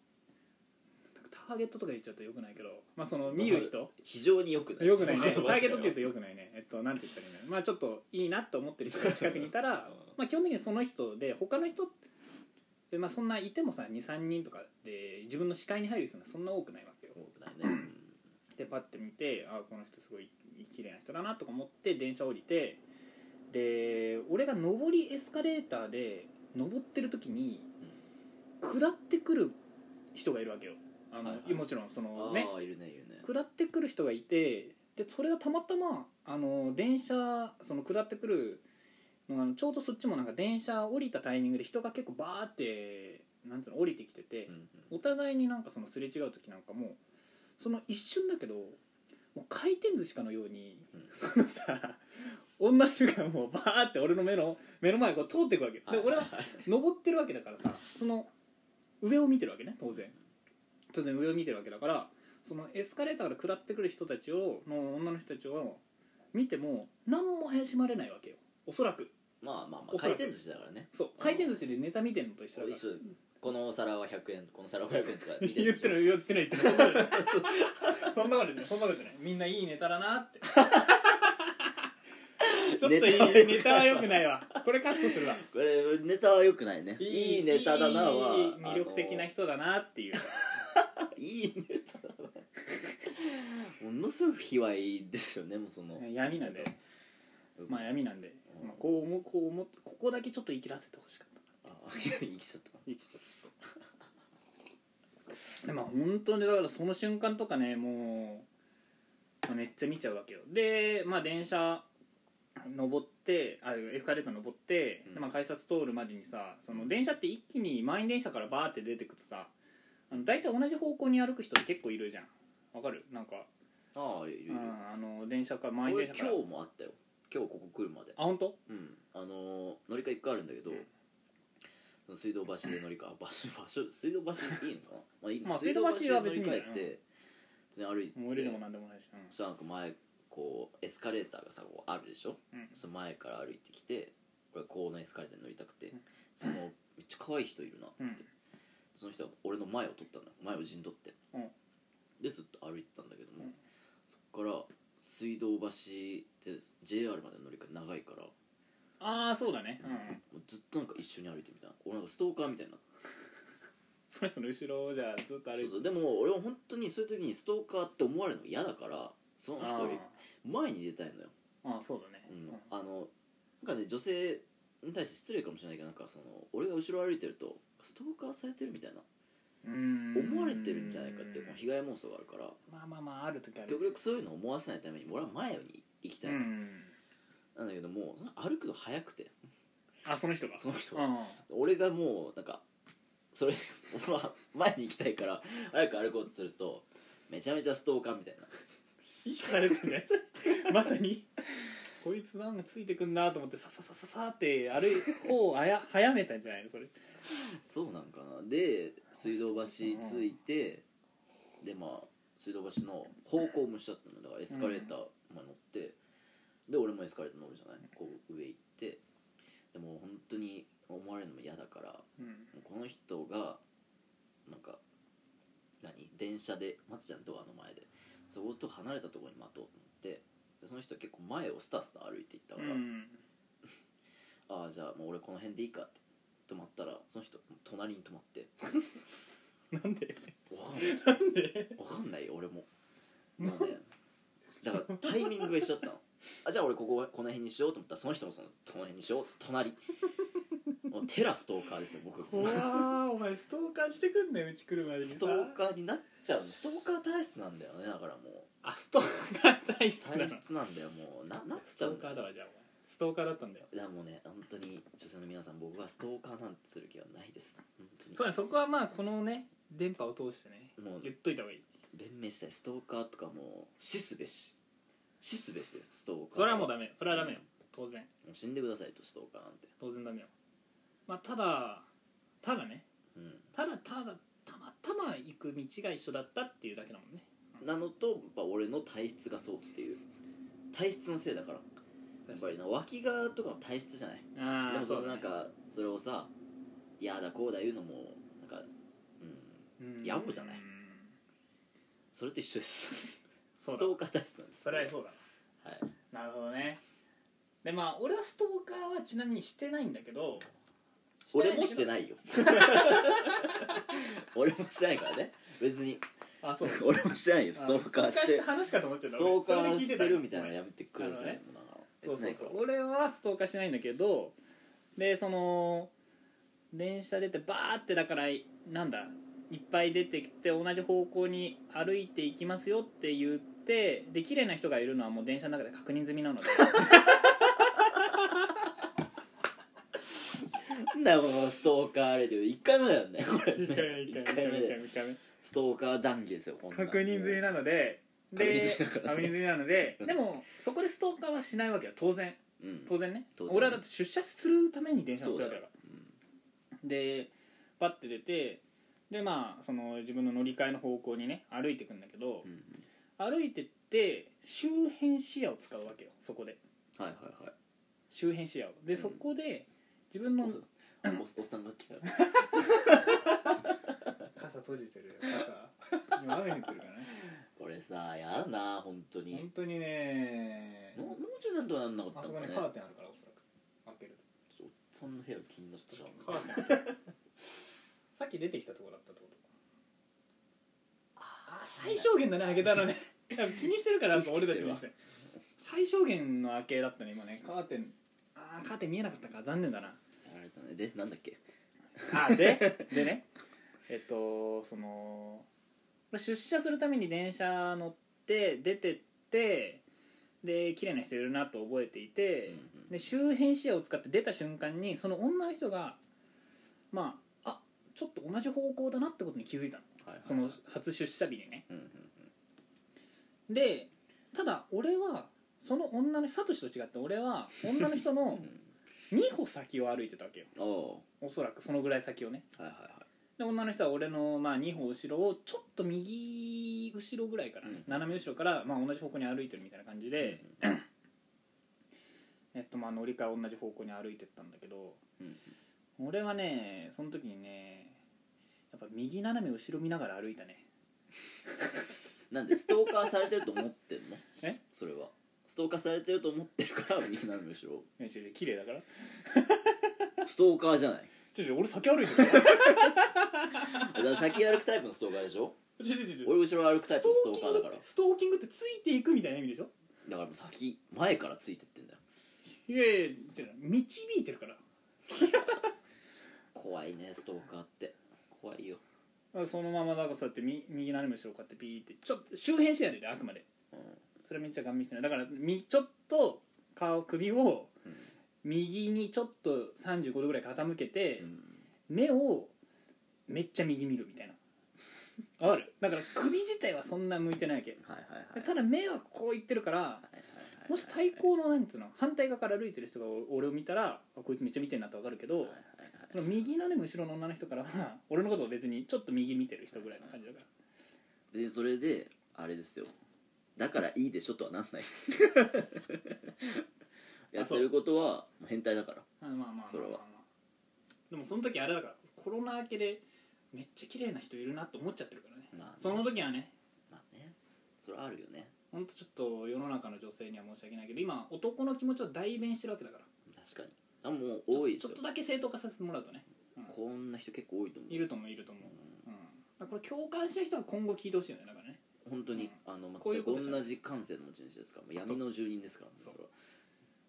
B: ターゲットとか言っちゃうとよくないけど、まあ、その見る人
A: 非常に良くない
B: よくないねタ
A: そうそう
B: ーゲットって言うとよくないねえっとなんて言ったらいいんだろうまあちょっといいなと思ってる人が近くにいたら、まあ、基本的にその人で他の人で、まあ、そんないてもさ23人とかで自分の視界に入る人がそんな多くないわけよ
A: 多くないねうん
B: でパッて見てあこの人すごい綺麗な人だなとか思って電車降りてで俺が上りエスカレーターで上ってる時に下ってくる人がいるわけよあの、
A: はいはい
B: もちろんそのね
A: ああいるねいるね
B: 下ってくる人がいてでそれがたまたまあの電車その下ってくるのがあのちょうどそっちもなんか電車降りたタイミングで人が結構バーってなんつうの降りてきてて
A: う、ん
B: お互いになんかそのすれ違う時なんかもうその一瞬だけどもう回転寿司かのように、そのさ女の人がもうバーって俺の目の目の前をこう通っていくわけよ
A: うん
B: で俺はい
A: いい
B: 登ってるわけだからさその上を見てるわけね当然当然上を見てるわけだからそのエスカレーターから下ってくる人たちをの女の人たちを見ても何も怪しまれないわけよおそらく
A: まあまあまあ
B: おそ
A: 回
B: らく
A: 転寿司だからね
B: そう回転寿司でネタ見てんのと一緒だから
A: 一緒このお皿は100円この皿は500円とか見て
B: 言って ない言ってない言ってないそんなことないそんなことないみんないいネタだな ってちょっと
A: ネタは良く
B: い
A: ない
B: いネタはよくないわこれカットするわ
A: これネタは良くないねいいネタだない
B: い
A: はい
B: 魅力的な人だなって いう
A: あのいいネタだな ものすごく卑猥ですよねもうその、
B: 闇なんでまあ闇なんで、まあ、こう思うこう思うここだけちょっと生きらせてほしかった
A: あ生きちゃった
B: 生きちゃったでまあ本当にだからその瞬間とかねもう、まあめっちゃ見ちゃうわけよでまあ電車登ってあエスカレーター登って、
A: うん
B: でまあ改札通るまでにさその電車って一気に満員電車からバーって出てくとさあの大体同じ方向に歩く人って結構いるじゃんわかるなんか、
A: ああいるい
B: うん、
A: る
B: あの電車から
A: こ
B: 満員
A: れ
B: 電車
A: 今
B: から
A: 日もあったよ今日ここ来るまで
B: あ本当
A: うんあのー乗り換え1回あるんだけど、
B: うん
A: その水道橋で乗り換えあ場所 場所水道橋いいのかな、まあいい
B: まあ水道橋は別に
A: 水道橋で乗り換えて普通に歩いて
B: 無理でもなんでもないし、うん
A: そしたらなんか前こうエスカレーターがさこうあるでしょ
B: うん
A: その前から歩いてきて俺こうのエスカレーターに乗りたくて、
B: うん
A: そのめっちゃ可愛い人いるなって、
B: うん
A: その人は俺の前を取ったのよ前を陣取って、
B: うん
A: でずっと歩いてたんだけども、
B: うん
A: そっから水道橋って JR までの乗り換え長いから、
B: ああそうだね、うんうん、
A: もうずっとなんか一緒に歩いてみたいな俺なんかストーカーみたいになって
B: その人の後ろをじゃあずっと歩いて
A: そうそうでも俺は本当にそういう時にストーカーって思われるの嫌だからその人より前に出たいのよ
B: あーあーそうだね、
A: うん、あのなんかね女性に対して失礼かもしれないけどなんかその俺が後ろ歩いてるとストーカーされてるみたいな思
B: 思
A: われてるんじゃないかっていうこの被害妄想があるから
B: まあまあまあある時ある
A: 極力そういうのを思わせないために俺は前に行きた
B: う
A: い、
B: ん
A: なんだけどもうその歩くの早くて
B: あその人が
A: その人
B: うん
A: 俺がもうなんかそれ 俺は前に行きたいから早く歩こうとするとめちゃめちゃストーカーみたいな
B: 意識されてるやつ まさにこいつなんかついてくんなと思ってさささささって歩い方をあや 早めたんじゃないのそれ
A: そうなんかなで水道橋着いてでまあ水道橋の方向無視だったのだからエスカレーターまあ乗って、で俺もエスカレーター乗るじゃないこう上行ってでも本当に思われるのも嫌だから
B: うん
A: もうこの人がなんか何電車で待つじゃんドアの前でそこと離れたところに待とうと思ってでその人は結構前をスタスタ歩いていったから、
B: うん
A: ああじゃあもう俺この辺でいいかって止まったらその人隣に止まって
B: なんで
A: わかんない
B: なんで
A: わかんない よ俺ももうねだからタイミングが一緒だったのあじゃあ俺ここはこの辺にしようと思ったらその人もそのこの辺にしよう隣もうテラストーカーですよ僕
B: 怖ーお前ストーカーしてくんねうち来るまでにさ
A: ストーカーになっちゃうのストーカー体質なんだよねだからも
B: あストーカー体質
A: う
B: な
A: 体
B: の
A: 質なんだよもうななっ
B: ス
A: ちゃ
B: ト
A: う
B: ー
A: ん
B: カ
A: だ
B: ー
A: よ
B: だわじゃあお前ストーカーだったんだよ
A: いやもうね本当に女性の皆さん僕はストーカーなんてする気はないです本
B: そ
A: 当
B: うねそこはまあこのね電波を通してね
A: にもう
B: 言っといた方がいい
A: 弁明したいストーカーとかもう死すべし死すべしですストーカー
B: それはもうダメそれはダメよ当然
A: もう死んでくださいとストーカーなんて
B: 当然ダメよまあただただね
A: うん
B: ただただたまたま行く道が一緒だったっていうだけだもんね
A: なのとやっぱ俺の体質がそうっていう体質のせいだからやっぱりな脇側とかも体質じゃない
B: ああ
A: でもその
B: うだ
A: な
B: ね
A: んかそれをさ「いやだこうだ」言うのもなんかうん
B: うん
A: 野暮じゃない
B: うん
A: それと一緒です
B: そうだ
A: ストーカー体質なんです
B: それはそうだ
A: はい
B: なるほどねでまあ俺はストーカーはちなみにしてないんだけど
A: 俺もして
B: い
A: ないよ俺もしてないからね別に
B: あそう
A: 俺もしてない よストーカーし
B: あ
A: て
B: 話かと思っちゃった
A: ストーカ
B: 俺それ
A: ー
B: で聞
A: して
B: た
A: るみたいなのやめてください
B: なる
A: もうなんか
B: そうそ
A: や
B: うそ
A: ってないうから
B: 俺はストーカーしないんだけどでその電車出てバーってだからなんだいっぱい出てきて同じ方向に歩いていきますよって言ってで綺麗な人がいるのはもう電車の中で確認済みなので
A: なんだよこのストーカーあれで1回目だよねこれね一目でストーカー談義ですよこんなん
B: 確認済みなのでで
A: 確認済みだから
B: 確認済みなのででもそこでストーカーはしないわけよ当然
A: うん
B: 当然ね
A: 当然
B: 俺はだって出社するために電車乗
A: そ
B: って
A: うだ
B: るわ
A: よ
B: けだからでパッて出てでまあその自分の乗り換えの方向にね歩いてくんだけど、
A: うんうん
B: 歩いてって周辺視野を使うわけよそこで
A: はいはいはい
B: 周辺視野をで、
A: うん
B: そこで自分の
A: おおっさんが来た
B: 傘閉じてるよ傘 今雨降ってるからね
A: これさやだな本当に
B: 本当にね
A: もうもうちょいなんとかなんな
B: あ
A: かった
B: そこ
A: のか
B: ね
A: ね
B: カーテンあるからおそらく開ける
A: ちょっとおっさんの部屋気になって
B: と
A: たら
B: カーテン さっき出てきたとこだったってことあ最小限だね開けた のねいや気にしてるからやっぱ俺たちも
A: 意識して
B: 最小限の開けだったね今ねカーテンあーカーテン見えなかったか残念だな
A: あれだねでなんだっけ
B: あー ででねえっとその俺出社するために電車乗って出てってで綺麗な人いるなと覚えていて、
A: うんうん
B: で周辺視野を使って出た瞬間にその女の人がまああちょっと同じ方向だなってことに気づいたの
A: はいはい
B: その初出社日にね
A: うんうん
B: でただ俺はその女のサトシと違って俺は女の人
A: う
B: の
A: ん
B: 2歩先を歩いてたわけよ
A: うんお
B: おそらくそのぐらい先をね
A: ーはいは
B: で女の人は俺の、まあ、2歩後ろをちょっと右後ろぐらいからね、
A: うん
B: 斜め後ろから、まあ、同じ方向に歩いてるみたいな感じ
A: いはい
B: で、えっと、まあ乗り換え同じ方向に歩いてったんだけど
A: うんうん
B: 俺はねその時にねやっぱ右斜め後ろ見ながら歩いたね
A: なんでストーカーされてると思ってんの
B: え
A: それはストーカーされてると思ってるからみんなのむしろ
B: 後ろで綺麗だから
A: ストーカーじゃない
B: ちょちょ俺先歩いてる から
A: だから先歩くタイプのストーカーでしょ
B: ちょちょちょ
A: 俺後ろ歩くタイ
B: ス
A: プ
B: ト
A: のス
B: ー
A: トー
B: キ
A: カ
B: ン
A: ー
B: グ
A: だ
B: っ
A: か
B: て
A: ら
B: ストーキングってついていくみたいな意味でしょ
A: だからもう先前からついてってんだよ
B: いやいや違う導いてるから
A: 怖いねストーカーって怖いよ
B: まあそのままなんかそうやってみ右斜め後ろこうやってピーってちょっと周辺視野でねあくまでそれめっちゃガン見してないだからみちょっと顔首を
A: うん
B: 右にちょっと35度ぐらい傾けて
A: う、ん
B: 目をめっちゃ右見るみたいなわかるだから首自体はそんな向いてないわけ
A: はいはいはい
B: ただ目はこういってるから
A: はいはいはいはい
B: もし対抗のなんつうの反対側から歩いてる人がお俺を見たらあこいつめっちゃ見てんなってわかるけど、
A: はいはいはい
B: その右斜め後ろの女の人からは俺のことを別にちょっと右見てる人ぐらいの感じだから
A: 別にそれであれですよだからいいでしょとはなん ないやってることは変態だから
B: あまあまあまあまあ、まあ、
A: それは
B: でもその時あれだからコロナ明けでめっちゃ綺麗な人いるなって思っちゃってるからね
A: まあ
B: その時はね
A: まあねそれはあるよね
B: ほんとちょっと世の中の女性には申し訳ないけど今男の気持ちを代弁してるわけだから
A: 確かにあもう多いで
B: ち
A: す
B: ょっ
A: よ
B: とだけ正当化させてもらうとね、うん
A: こんな人結構多いと思う
B: いると思ういると思う、
A: う
B: うんだからこれ共感した人は今後聞いてほしいよねだからね
A: ん本当に、あの
B: こういう
A: 全
B: こと
A: く
B: じゃな
A: 同
B: い
A: じ感性の持ち主ですからもう闇の住人ですからね
B: そう
A: それは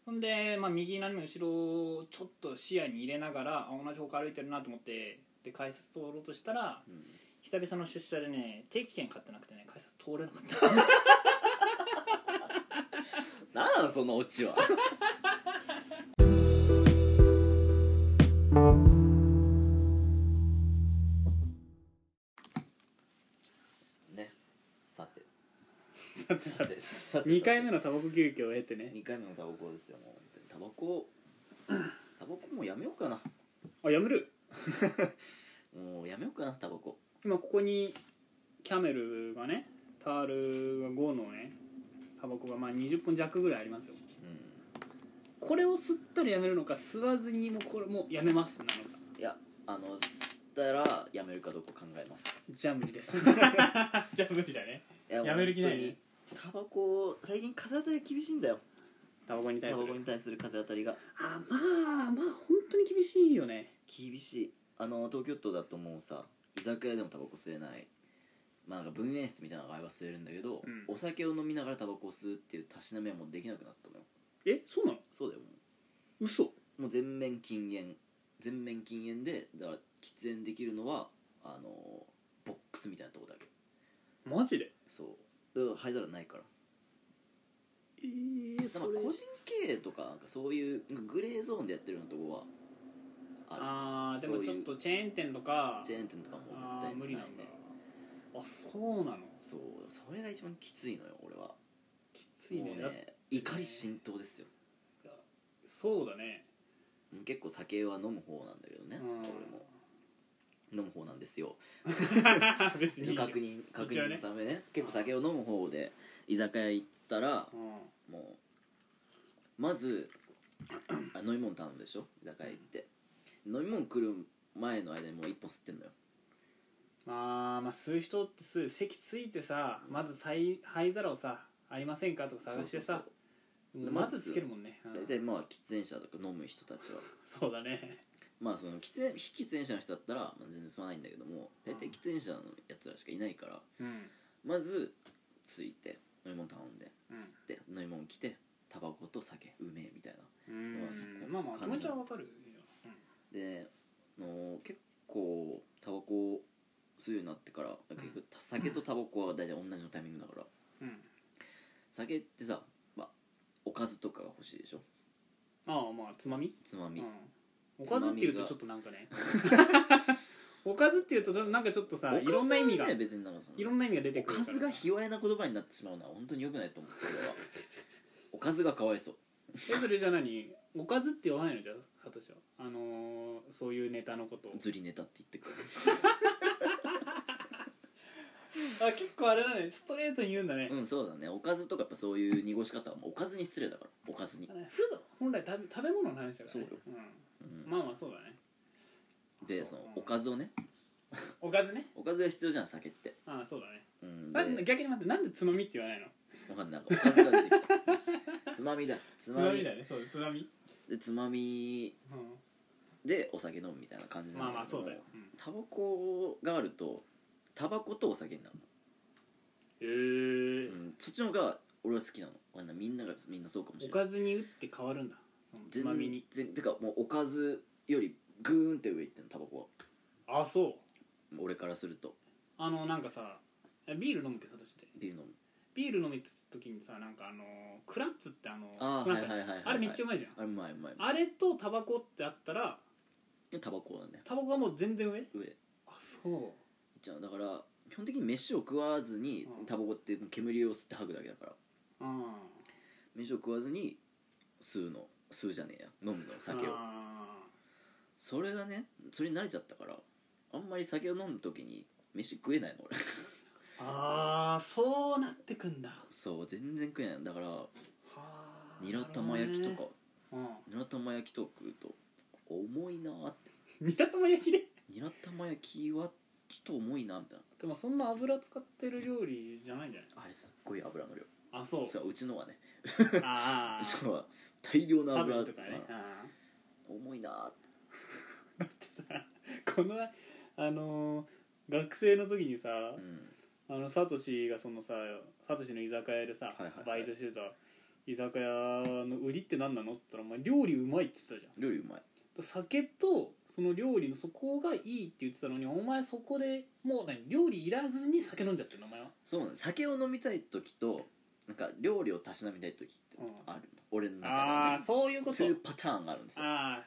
B: ほんで、まあ、右斜め後ろをちょっと視野に入れながらあ同じ方向歩いてるなと思ってで改札通ろうとしたら
A: うん
B: 久々の出社でね定期券買ってなくてね改札通れなかった
A: なんなのそのオチはねさてさてさて
B: 2回目のタバコ休憩を経てね
A: 2回目のタバコですよもう本当にタバコタバコもうやめようかな
B: あやめる
A: もうやめようかなタバコ
B: 今ここにキャメルがねタールが5のねタバコがまあ20本弱ぐらいありますよ
A: う
B: これを吸ったらやめるのか吸わずにもうこれもうやめますなのか
A: んいやあの吸ったらやめるかどうか考えます
B: じゃあ無理です じゃあ無理だね
A: いや
B: やめる気ないね
A: もう本当にタバコ最近風当たり厳しいんだよ
B: タバコに
A: タ
B: 対
A: バ
B: する
A: コに対する風当たりが
B: あまあまあ本当に厳しいよね
A: 厳しいあの東京都だともうさ居酒屋でもタバコ吸えないまあなんか分煙室みたいなのがあれば吸えるんだけど、
B: うん
A: お酒を飲みながらタバコを吸うっていうたしなみはもうできなくなったのよ
B: えそうなの
A: そうだよも
B: 嘘
A: うもう全面禁煙全面禁煙でだから喫煙できるのはあのボックスみたいなとこだけ
B: マジで
A: そうだから灰皿ないから
B: ええ
A: だから個人経営とかなんかそういうグレーゾーンでやってるようなとこはあ
B: ああでもちょっとチェーン店と
A: る
B: か
A: チェーン店とかも絶
B: あ
A: 対
B: ー無理
A: な
B: ないんだ
A: ね
B: あそうなの
A: そうそれが一番きついのよ俺は
B: きつい
A: も
B: ね
A: うね怒り浸透ですよ
B: そうだね
A: うん結構酒は飲む方なんだけどね
B: う
A: 俺
B: ん
A: も飲む方なんですよ
B: 別にいいよ
A: 確認確
B: 一応
A: 認
B: ね
A: のためね結構酒を飲む方で居酒屋行ったら
B: うん
A: もうまずあ飲み物頼むでしょ居酒屋行って飲み物来る前の間にもう一本吸ってんのよ
B: まあまあ吸う人って吸う席ついてさまず灰灰皿をさありませんかとか探してさ
A: そう
B: もうまずつけるもんねうん
A: そうそう大体まあ喫煙者とか飲む人たちは
B: そうだね
A: まあその喫煙非喫煙者の人だったら、まあ、全然吸わないんだけども大体喫煙者のやつらしかいないから
B: うん
A: まずついて飲み物頼んで
B: うん
A: 吸って、飲み物来てタバコと酒うめえみたいな
B: うん
A: ま
B: まあまあ
A: あ
B: 気
A: 感
B: 持
A: じ
B: ちはわかるようん
A: であの結構タバコを吸うようになってから結局酒とタバコは大体同じのタイミングだから
B: うん
A: 酒ってさ、まあ、おかずとかが欲しいでしょ
B: ああまあつまみ、
A: つま
B: う
A: み、
B: ん、おかずっていうとちょっとなんかね おかずっていうとなんかちょっとさ
A: おかずはね
B: いろんな意味がい
A: 別になんかその
B: ろんな意味が出て
A: お
B: くる
A: か
B: から
A: ずが卑猥な言葉になってしまうのは本当に良くないと思うこれはおかずがかわいそう
B: えそれじゃあ何おかずって言わないのじゃあサトシはあのーそういうネタのことを
A: ずりネタって言ってくる
B: あ結構あれだねストレートに言うんだね、
A: うんそうだねおかずとかやっぱそういう濁し方はもうおかずに失礼だからおかずに、
B: ふだ本来食べ食べ物の話だから、ね、
A: そうよ
B: うん、
A: う
B: まあまあそうだね
A: ん、でそのおかずをね
B: おかずね
A: おかずが必要じゃん酒って
B: ああそうだね
A: うん
B: なんで
A: で
B: 逆に待ってなんでつまみって言わないの
A: わかんないなんかおかずが出てきたつまみだつ
B: つ
A: まみ
B: だねそうつまみ、
A: でつまみ
B: う
A: でお酒飲むみたいな感じ
B: ん、
A: な
B: まあ
A: ん
B: まあ
A: けど
B: そうだよ、うん
A: タバコがあるとタバコとお酒になる
B: へえ
A: の、うん、そっちの方が俺は好きなのわかんないみんながみんなそうかもし
B: お
A: れない
B: かずに打って変わるんだそのつまみに
A: 全然てかもうおかずよりグーンって上いってんのタバコは
B: あそう
A: 俺からすると
B: あのなんかさビール飲むってさ私って
A: ビール飲む
B: ビール飲む時にさなんかあのクラッツってあの
A: あー
B: スナック
A: はいはいはいはいはい
B: あれめっちゃうまいじゃん
A: あれうまいうまいうまい
B: あれとタバコってあったら
A: でタバコなんだよ
B: タバコはもう全然上あ
A: 上
B: そう
A: じゃあだから基本的に飯を食わずに
B: うん
A: タバコって煙を吸って吐くだけだから
B: うん
A: 飯を食わずに吸うの吸うじゃねえや飲むの酒を
B: あ
A: それがねそれに慣れちゃったからあんまり酒を飲む時に飯食えないの俺
B: ーあーそうなってくんだ
A: そう全然食えないのだから
B: はー
A: ニラ玉焼きと
B: なる
A: か
B: ほどね
A: ニラ玉焼きとか食うと重いなーって
B: うんニラ玉焼きね
A: ニラ玉焼きはちょっと重いなみたいな
B: でもそんな油使ってる料理じゃないんじゃない
A: あれすっごい油の量
B: あそう
A: そううちのはね
B: あ あ
A: うちのは大量の
B: サブ
A: 油
B: とかねあ
A: うん重いなーって
B: ーだってさこのあのー学生の時にさ、
A: うん
B: あのサトシがそのさサトシの居酒屋でさ、
A: はいはいはい
B: バイトしてた居酒屋の売りって何なのっつったら「お前料理うまい」って言ってたじゃん
A: 料理うまい
B: 酒とその料理のそこがいいって言ってたのにお前そこでもう何料理いらずに酒飲んじゃってるのお前は
A: そうなんです酒を飲みたい時となんか料理をたしなみたい時ってある、俺の中
B: あ
A: では
B: あ
A: ね
B: そういうこと
A: 2パターンがあるんですよ
B: ああ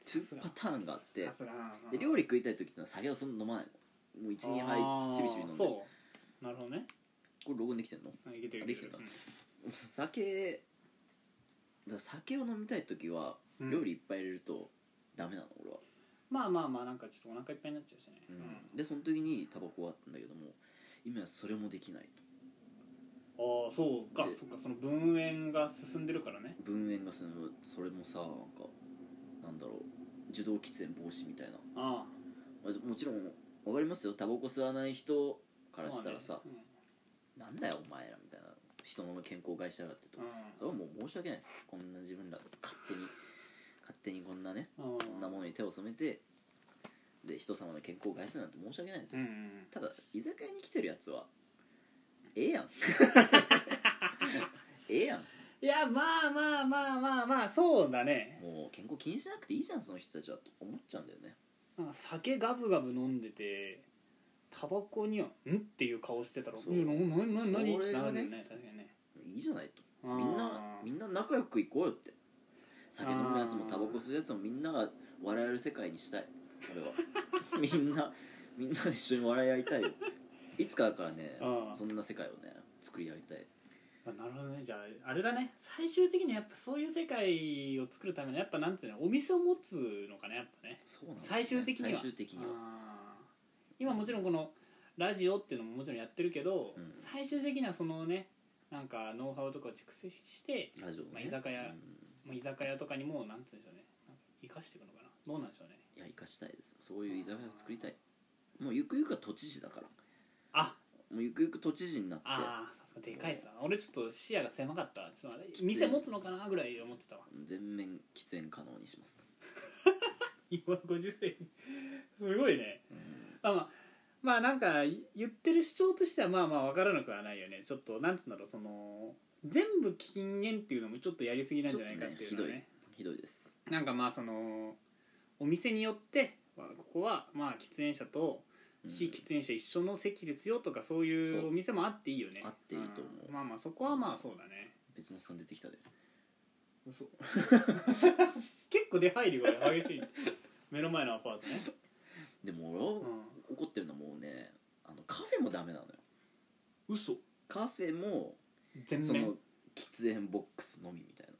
A: 2パターンがあって
B: さすが
A: で料理食いたい時ってのは酒をそんな飲まないのもう12杯ちびちび飲んでこ
B: そうなるほどね
A: れ録音できてんの
B: あいけてる
A: あできてる酒だから酒を飲みたい時は
B: うん
A: 料理いっぱい入れるとダメなの俺は、
B: まあまあまあなんかちょっとお腹いっぱいになっちゃうしね、
A: うん
B: うん
A: でその時にタバコがあったんだけども今はそれもできない
B: ああそうか
A: で
B: そっかその分煙が進んでるからね
A: 分煙がそのそれもさなんかなんだろう受動喫煙防止みたいな
B: あ
A: まあもちろん分かりますよタバコ吸わない人か
B: あ
A: らしたらさ、
B: まあね
A: なんだよお前らみたいな人の健康を害しやがってとそれはもう申し訳ないですこんな自分ら勝手に勝手にこんなね
B: うんうん
A: こんなものに手を染めてで人様の健康を害するなんて申し訳ないです
B: う
A: よ、
B: ん
A: ただ居酒屋に来てるやつはええ やんええやん
B: いやまあまあまあまあまあそうだね
A: もう健康気にしなくていいじゃんその人たちはと思っちゃうんだよね
B: なんか酒ガブガブ飲んでてタバコには「ん?」っていう顔してたら「
A: そう
B: いやななななに?」
A: そ
B: っ
A: れ
B: て
A: が
B: な
A: ね
B: るよね確かにね
A: いいじゃないとみんなみ
B: なん
A: な仲良く行こうよって酒飲むやつもタバコ吸うやつもみんなが笑える世界にしたい俺は みんなみんな一緒に笑い合いたいよいつかだからね
B: あー
A: そんな世界をね作り上げたい
B: あなるほどねじゃああれだね最終的にはやっぱそういう世界を作るためのやっぱなんつうのお店を持つのかねやっぱね
A: そうなんだよね
B: 最終的には
A: 最終的には
B: あー今もちろんこのラジオっていうのももちろんやってるけど、
A: うん
B: 最終的にはそのねなんかノウハウとかを蓄積して、
A: ラジオね、
B: まあ居酒屋
A: うん
B: まあ、居酒屋とかにもなんつうんでしょうねなんか生かしていくのかなどうなんでしょうね
A: いや生かしたいですそういう居酒屋を作りたいもうゆくゆくは都知事だから
B: あ
A: もうゆくゆく都知事になって
B: あーさすがでかいさ俺ちょっと視野が狭かったわちょっとあれ
A: きつい
B: 店持つのかなぐらい思 ってたわ
A: 全面喫煙可能にします、
B: 今ご時世にすごいね
A: うん
B: まあまあまあなんか言ってる主張としてはまあまあ分からなくはないよねちょっとなんつうんだろうその全部禁煙っていうのもちょっとやりすぎなんじゃないかっていうのはね
A: ちょっひどいです
B: なんかまあそのお店によってまあここはまあ喫煙者と
A: うん
B: 非喫煙者一緒の席ですよとかそうい
A: そうう
B: お店もあっていいよね
A: あっていいと思うん
B: まあまあそこはまあそうだね
A: 別のおっさん出てきたで
B: 嘘結構出入りが激しい目の前のアパートね、
A: でも俺は
B: う
A: 怒ってるのはもうねあのカフェもダメなのよ
B: ん、嘘
A: カフェも
B: 全
A: その
B: 面
A: 喫煙ボックスのみみたいな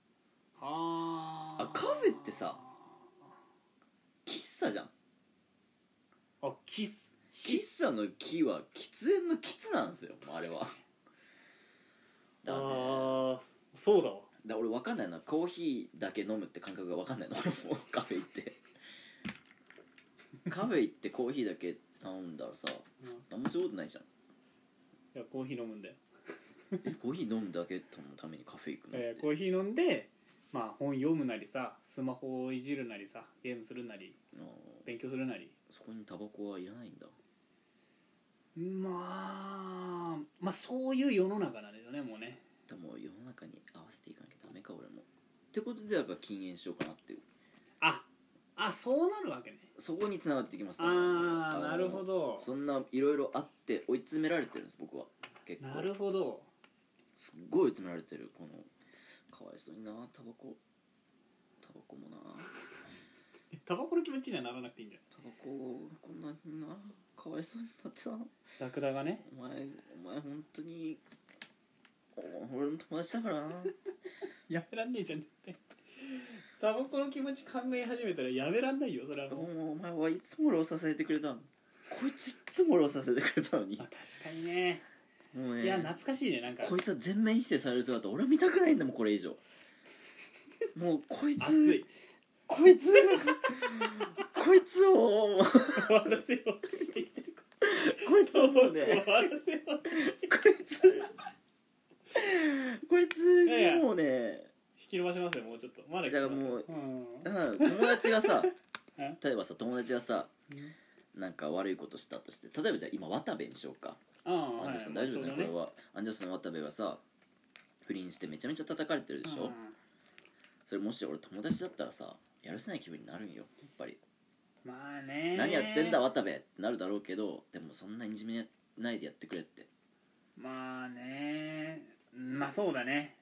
B: あー
A: あカフェってさ喫茶じゃん
B: あキス
A: 喫茶の「木」は喫煙の「喫」なんですよあ れはだからね
B: ああそうだわ
A: だから俺分かんないのはコーヒーだけ飲むって感覚が分かんないの俺 もカフェ 行ってカフェ行ってコーヒーだけ頼んだらさ
B: うんい
A: 何もすることないじゃん
B: やコーヒー飲むんだよ、
A: えコーヒー飲むだけ頼むためにカフェ行くのって、
B: えーコーヒー飲んでまあ本読むなりさスマホをいじるなりさゲームするなり
A: あー
B: 勉強するなり
A: そこにタバコはいらないんだ
B: まあまあそういう世の中なんですよねもうね
A: でも世の中に合わせていかなきゃダメか俺もってことでだから禁煙しようかなっていう
B: ああそうなるわけね
A: そこに繋がってきますね
B: ああ
A: の
B: なるほど
A: そんないろいろあって追い詰められてるんです僕は結構
B: なるほど
A: すっごい追い詰められてるこのかわいそうになタバコタバコもな
B: タバコの気持ちにはならなくていいんだよ
A: タバコこんなになかわいそうになってさ
B: ラクダがね
A: お前お前本当にお俺の友達だからな
B: やめらんねえじゃんだってタバコの気持ち考え始めたらやめらんないよそれはもう
A: おお前はいつも俺を支えてくれたのこいついつも俺を支えてくれたのに
B: あ確かにね
A: もうね
B: いや懐かしいねなんか
A: こいつは全面否定される姿俺は見たくないんだもんこれ 以上もうこい
B: 熱
A: つ
B: い
A: こいつこいつを
B: 終わらせようとしてきてる
A: こいつ
B: タ
A: を
B: バコ
A: もう
B: 終わら
A: ね
B: せようとして
A: こいつこいつにもうね
B: 引き伸ばしますよもうちょっとまだ
A: だからもう
B: うん
A: うん友達がさ
B: え
A: 例えばさ友達がさなんか悪いことしたとして例えばじゃあ今渡部にしようか
B: ああ
A: アン
B: はい
A: ジャスン大丈夫
B: ち
A: ね
B: ょう
A: こ
B: ど
A: れはアンジャスン渡部がさ不倫してめちゃめちゃ叩かれてるでしょ、
B: うん
A: それもし俺友達だったらさやるせない気分になるんよやっぱり
B: まあね
A: 何やってんだ渡部ってなるだろうけどでもそんないじめないでやってくれって
B: まあねまあそうだね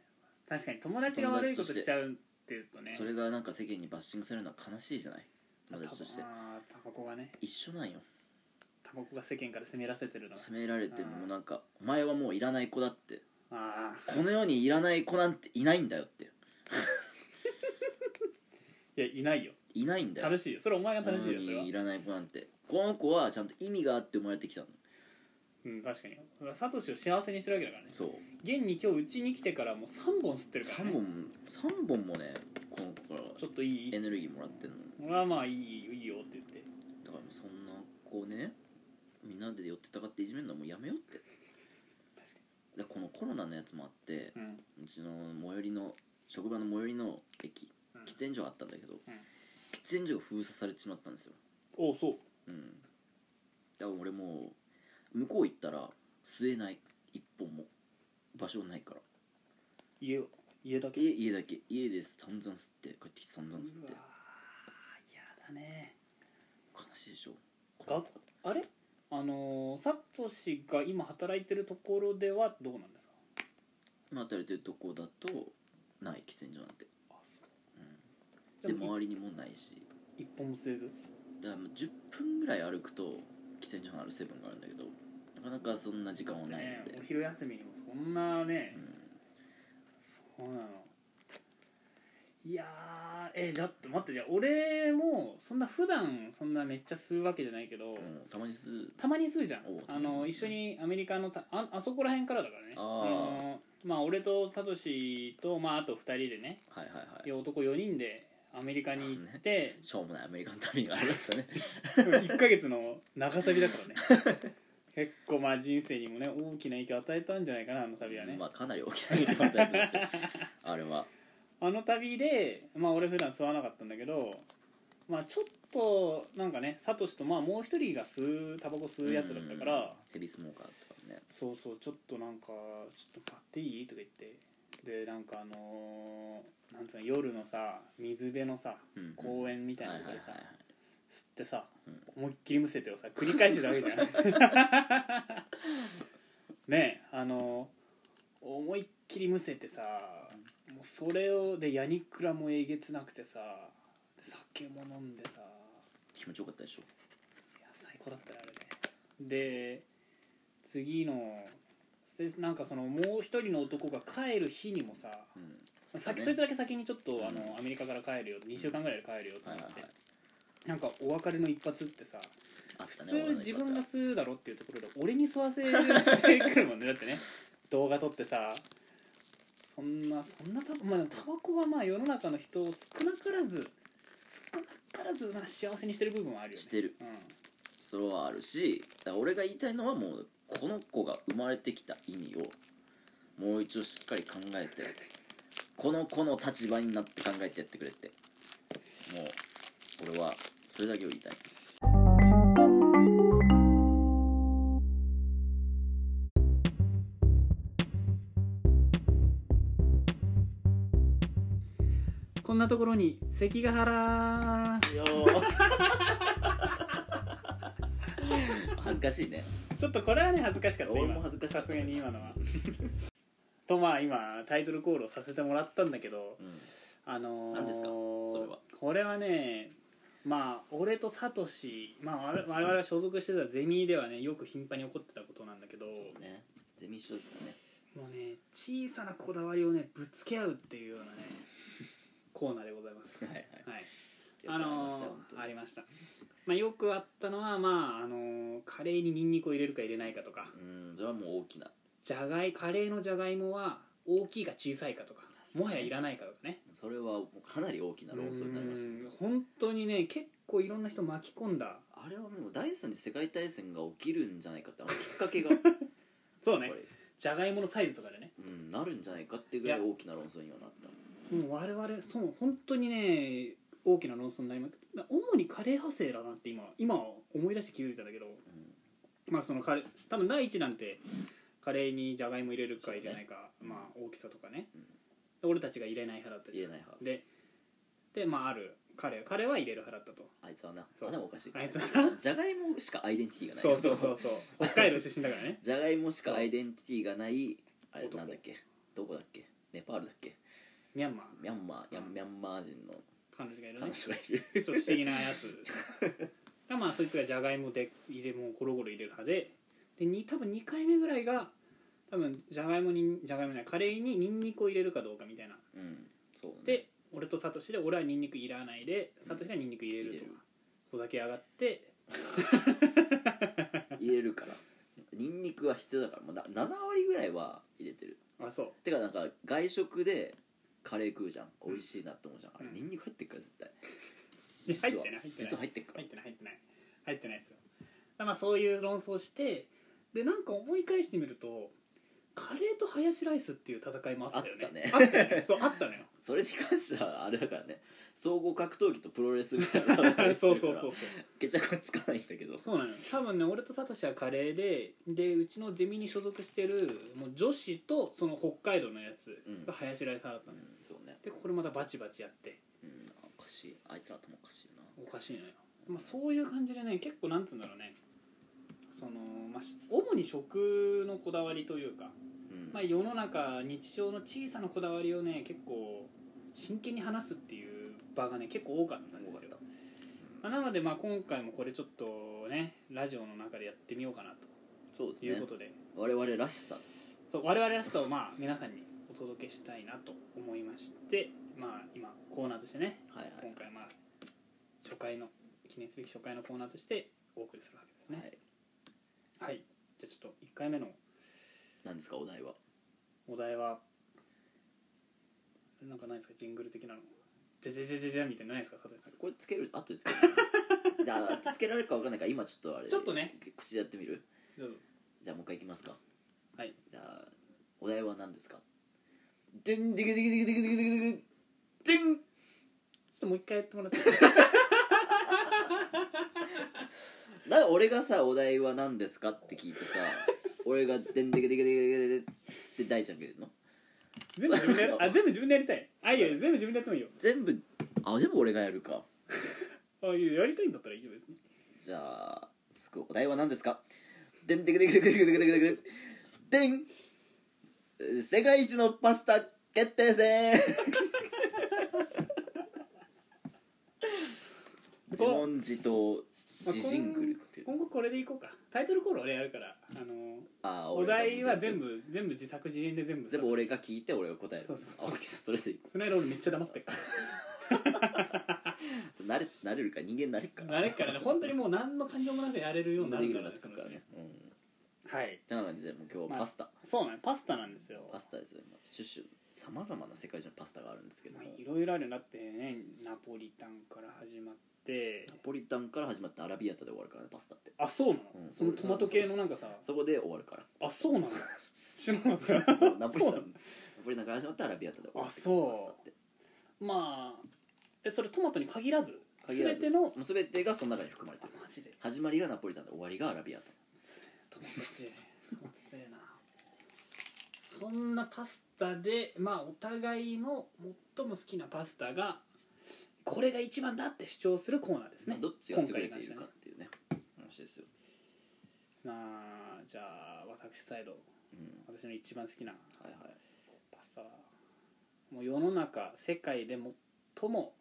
B: 確かに友達が悪いことしちゃうっていうとね
A: それがなんか世間にバッシングされるのは悲しいじゃない
B: まあ
A: 友達とし
B: タ
A: て
B: バああタバコがね
A: 一緒なんよ
B: タバコが世間から責めらせてるのが
A: 責められてもなんかお前はもういらない子だって
B: ああ
A: この世にいらない子なんていないんだよって
B: いやいないよ
A: いないんだよ
B: 楽しいよそれお前が楽しいよそれ
A: この世
B: は
A: にいらない子なんてこの子はちゃんと意味があって生まれてきたの
B: うん確かにサトシを幸せにしてるわけだからね
A: そう
B: 現に今日うちに来てからもう3本吸ってるから、ね、
A: 3本3本もねこの子から
B: ちょっといい
A: エネルギーもらってんの
B: 俺はまあいいよいいよって言って
A: だからそんなこうねみんなで寄ってたかっていじめるのはもうやめようって
B: 確か
A: でこのコロナのやつもあって
B: にうん
A: うちの最寄りの職場の最寄りの駅
B: うん
A: 喫煙所があったんだけど、
B: うん
A: 喫煙所が封鎖されてしまったんですよ
B: おうそう
A: うんだから俺もう向こう行ったら吸えない一本も場所ないから
B: 家を家だけ
A: 家家だけ家で散々吸って帰ってきて散
B: うわ
A: 々吸っ
B: ー
A: て
B: やだね
A: 悲しいでしょ
B: があれあのーサトシが今働いてるところではどうなんですか
A: 今働いてるとこだとない喫煙所なんて、
B: あそう
A: うん、で
B: でも
A: 周りにもないし
B: 一本も吸えず
A: だからもう10分ぐらい歩くと喫煙所のあるセブンがあるんだけどなかなかそんな時間はない
B: ね
A: ので、
B: お昼休みにもそんなね、
A: う
B: そうなのいやーえだって待ってじゃあ俺もそんな普段そんなめっちゃ吸うわけじゃないけど、
A: ん、もうたまにする
B: たまに吸うじゃん
A: おう
B: あ
A: たま
B: の
A: に
B: 一緒
A: 吸うね
B: にアメリカのたああそこら辺からだからね
A: あー
B: のまあ俺とサトシと、まあ、あと2人でね
A: はいはいはい
B: 男4人でアメリカに行 って、
A: しょうもないアメリカの旅がありましたね
B: 1ヶ月の長旅だからね結構まあ人生にもね大きな影響を与えたんじゃないかなあの旅はね、
A: まあかなり大きな影響を与え てますよあれは
B: あの旅でまあ俺普段吸わなかったんだけどまあちょっとなんかねサトシとまあもう一人が吸うタバコ吸うやつだったから、
A: うんヘビースモーカーとかね
B: そうそうちょっとなんか「ちょっと買っていい?」とか言ってでなんかあのーなんつうの夜のさ水辺のさ
A: うんうん
B: 公園みたいなところでさ、
A: はいはい
B: 吸ってさ、
A: うん
B: 思いっきりむせてをさ繰り返してたわけじ ゃんねえあの思いっきりむせてさもうそれをでヤニクラもえげつなくてさで酒も飲んでさ
A: 気持ちよかったでし
B: い
A: ょ
B: や最高だったねあれねで次のでなんかそのもう一人の男が帰る日にもさ、
A: うん
B: 先そいつだけ先にちょっと、
A: うん
B: あのアメリカから帰るよ2週間ぐらいで帰るよって言
A: はい
B: っ
A: は
B: て、
A: いはい
B: なんかお別れの一発ってさ
A: あっ
B: 普
A: たね
B: 通自分が
A: 終
B: 吸うだろっていうところで俺に吸わせてくるもんねだってね動画撮ってさそんなそんなタバ,、まあ、タバコはまあ世の中の人を少なからず少なからずまあ幸せにしてる部分はあるよね
A: わしてる
B: うん
A: それはあるしだから俺が言いたいのはもうこの子が生まれてきた意味をもう一度しっかり考えてこの子の立場になって考えてやってくれってもう俺はそれだけを言いたい
B: こんなところに関ヶ原
A: いや恥ずかしいね
B: ちょっとこれはね恥ずかしかった今
A: 俺も恥ずかしかった
B: さすがに今のはとまあ今タイトルコールをさせてもらったんだけど
A: うん
B: あのー、
A: 何ですかそれは
B: これはねまあ俺とサトシ、まあ、我我々が所属してたゼミではねよく頻繁に起こってたことなんだけど
A: そうねゼミ一緒ですかね
B: もうね小さなこだわりをねぶつけ合うっていうような ねコーナーでございます
A: はいはい
B: はい
A: よ
B: あ
A: く
B: の
A: りまし
B: ー
A: たよ本当に
B: ありました、まあ、よくあったのはまああのーカレーにニンニクを入れるか入れないかとか
A: うんそれはもう大きな
B: じゃがいカレーのじゃがいもは大きいか小さいかとか
A: 確かに
B: もはやいらないかとかね
A: それはもうかなり大きな論争になりましたけ
B: う
A: ど
B: ん本当にね結構いろんな人巻き込んだ
A: あれはでも第三次世界大戦が起きるんじゃないか ってあのきっかけが
B: そう
A: や
B: ね
A: っぱ
B: じゃがいものサイズとかでね
A: りうん、なるんじゃないかっていうぐらい大きな論争にはなった
B: もう我々そう本当にね大きな論争になりました主にカレー派生だなって今今思い出して気づいたんだけど
A: うん
B: まあそのカレー多分第一弾ってカレーにじゃがいも入れるか入れないか、
A: そうね
B: まあ大きさとかね、
A: うん
B: で俺たちが入れない派だったじ
A: 言え
B: ゃん
A: ない派
B: ででまあある彼は彼は入れる派だったと
A: あいつはな
B: そう
A: あでもおかしい
B: あいつは
A: じゃがいもしかアイデンティティがない
B: そうそうそうそう北海道出身だからね
A: じゃがいもしかアイデンティティがないあれ
B: 男
A: なんだっけどこだっけネパールだっけ
B: ミャンマー
A: ミャンマーやミャンマー人の
B: 彼女がいるね
A: 彼女がいる、
B: ちょっと不思議なやつがまあそいつがじゃがいもで入れもうゴロゴロ入れる派ででに多分2回目ぐらいが多分じゃがいもにじゃがいもじゃないカレーにニンニクを入れるかどうかみたいな
A: うんそうね
B: で俺とサトシで俺はニンニクいらないでサトシはニンニク入れるとか
A: 入れる
B: お酒上がって
A: 入れ るからニンニクは必要だからもうな7割ぐらいは入れてる
B: あそ
A: てかなんか外食でカレー食うじゃん美味しいなって思うじゃん、
B: うん
A: あれニンニク入ってるから絶対
B: う入って
A: は
B: ない入ってない
A: 実は入ってるから
B: 入ってない入ってない入ってないですよだまあそういう論争をしてでなんか思い返してみるとカレーとハヤシライスっていう戦いもあったよね
A: あ
B: あったよねそうあったのよ
A: それに関してはあれだからね総合格闘技とプロレスみたいなのをしてる
B: そうそう
A: か
B: そ
A: ら
B: うそう
A: 決着はつかないんだけど
B: そうなのよ多分ね俺とサトシはカレーででうちのゼミに所属してるもう女子とその北海道のやつが林ライサーだった
A: う
B: のよ、
A: んそうね
B: でこれまたバチバチやって
A: うんおかしいあいつら頭おかしいな
B: おかしいのよ、まあ、そういう感じでね結構なんつうんだろうねその、まあ、し主に食のこだわりというか、
A: うん
B: まあ、世の中日常の小さなこだわりをね結構真剣に話すっていう場がね結構多かったんです
A: 多
B: よ
A: かっ
B: ま
A: た
B: あなのでまあ今回もこれちょっとねラジオの中でやってみようかなと
A: そうです
B: いう
A: ね
B: ことで、
A: 我々らしさ
B: そう我々らしさをまあ皆さんにお届けしたいなと思いまして、まあ、今コーナーとしてね
A: はいはい
B: 今回まあ初回の記念すべき初回のコーナーとしてお送りするわけです
A: は
B: ね
A: い
B: はい、じゃあちょっと1回目の
A: 何ですかお題は
B: お題はなんかないですかジングル的なのじゃじゃじゃじゃじゃみたいなのないですか佐藤さん
A: これつける後 でつけるじゃあつけられるか分かんないから今ちょっとあれ
B: ちょっとね
A: 口でやってみる
B: どうぞ
A: じゃあもう一回いきますか
B: はい
A: じゃあお題は何ですかでんでけでけでけでけでけでけでけでん
B: ちょっともう一回やって もらって
A: な俺がさお題は何ですかって聞いてさ俺が「でんでけでけでけでけで」つって大ちゃんが言うの
B: 全部自分でやるあ全部自分でやりたいあいいよ全部自分でやってもいいよ
A: 全部あ全部俺がやるか
B: あいいよやりたいんだったらいいよ別に
A: じゃあすくお題は何ですかでんでけでけでけでけでけでけでけでんえー世界一のパスタ決定戦自問自答自ジングルっていう
B: 今後これでいこうかタイトルコール俺やるからあの
A: あー
B: お題は
A: 俺が
B: 全部全部自作自演で全部
A: 全部俺が聞いて俺が答える
B: そうそうそう
A: あ OK それでいい
B: その間俺めっちゃ黙ってるか
A: 慣れ慣れるか人間慣れるから
B: ら慣れっからね本当にもう何の感情もなくやれるようにな
A: 慣れ
B: る
A: る
B: か
A: よう
B: ら
A: に
B: ね
A: なって
B: そ
A: く
B: のうちね
A: るからねうん
B: はい
A: てな感じでもう今日はパスタ、
B: そうなのパスタなんですよ
A: パスタですよ今シュッシュさまざまな世界中のパスタがあるんですけど
B: ま
A: も
B: あいろいろあるんだってねナポリタンから始まって
A: ナポリタンから始まってアラビアータで終わるからねパスタって
B: あそうなの、
A: うん
B: そのトマト系のなんかさ
A: そこで終わるから
B: あそうな の知らなかった
A: そうナポリタン
B: そ
A: ナ
B: う
A: ポリタンから始まってアラビアータで終わる
B: あそう
A: パスタって
B: なのまあえそれトマトに限らず
A: 限らず
B: 全ての
A: もう全てがその中に含まれて
B: あ
A: る
B: マジで
A: 始まりがナポリタンで終わりがアラビアータ
B: トマト強いトマト強いなそんなパスタでまあお互いの最も好きなパスタがこれが一番だって主張するコーナーですね
A: どっちが優れているかっていうね話ですよ
B: まあじゃあ私サイド
A: うん
B: 私の一番好きな
A: はいはい
B: パスタはもう世の中世界で最も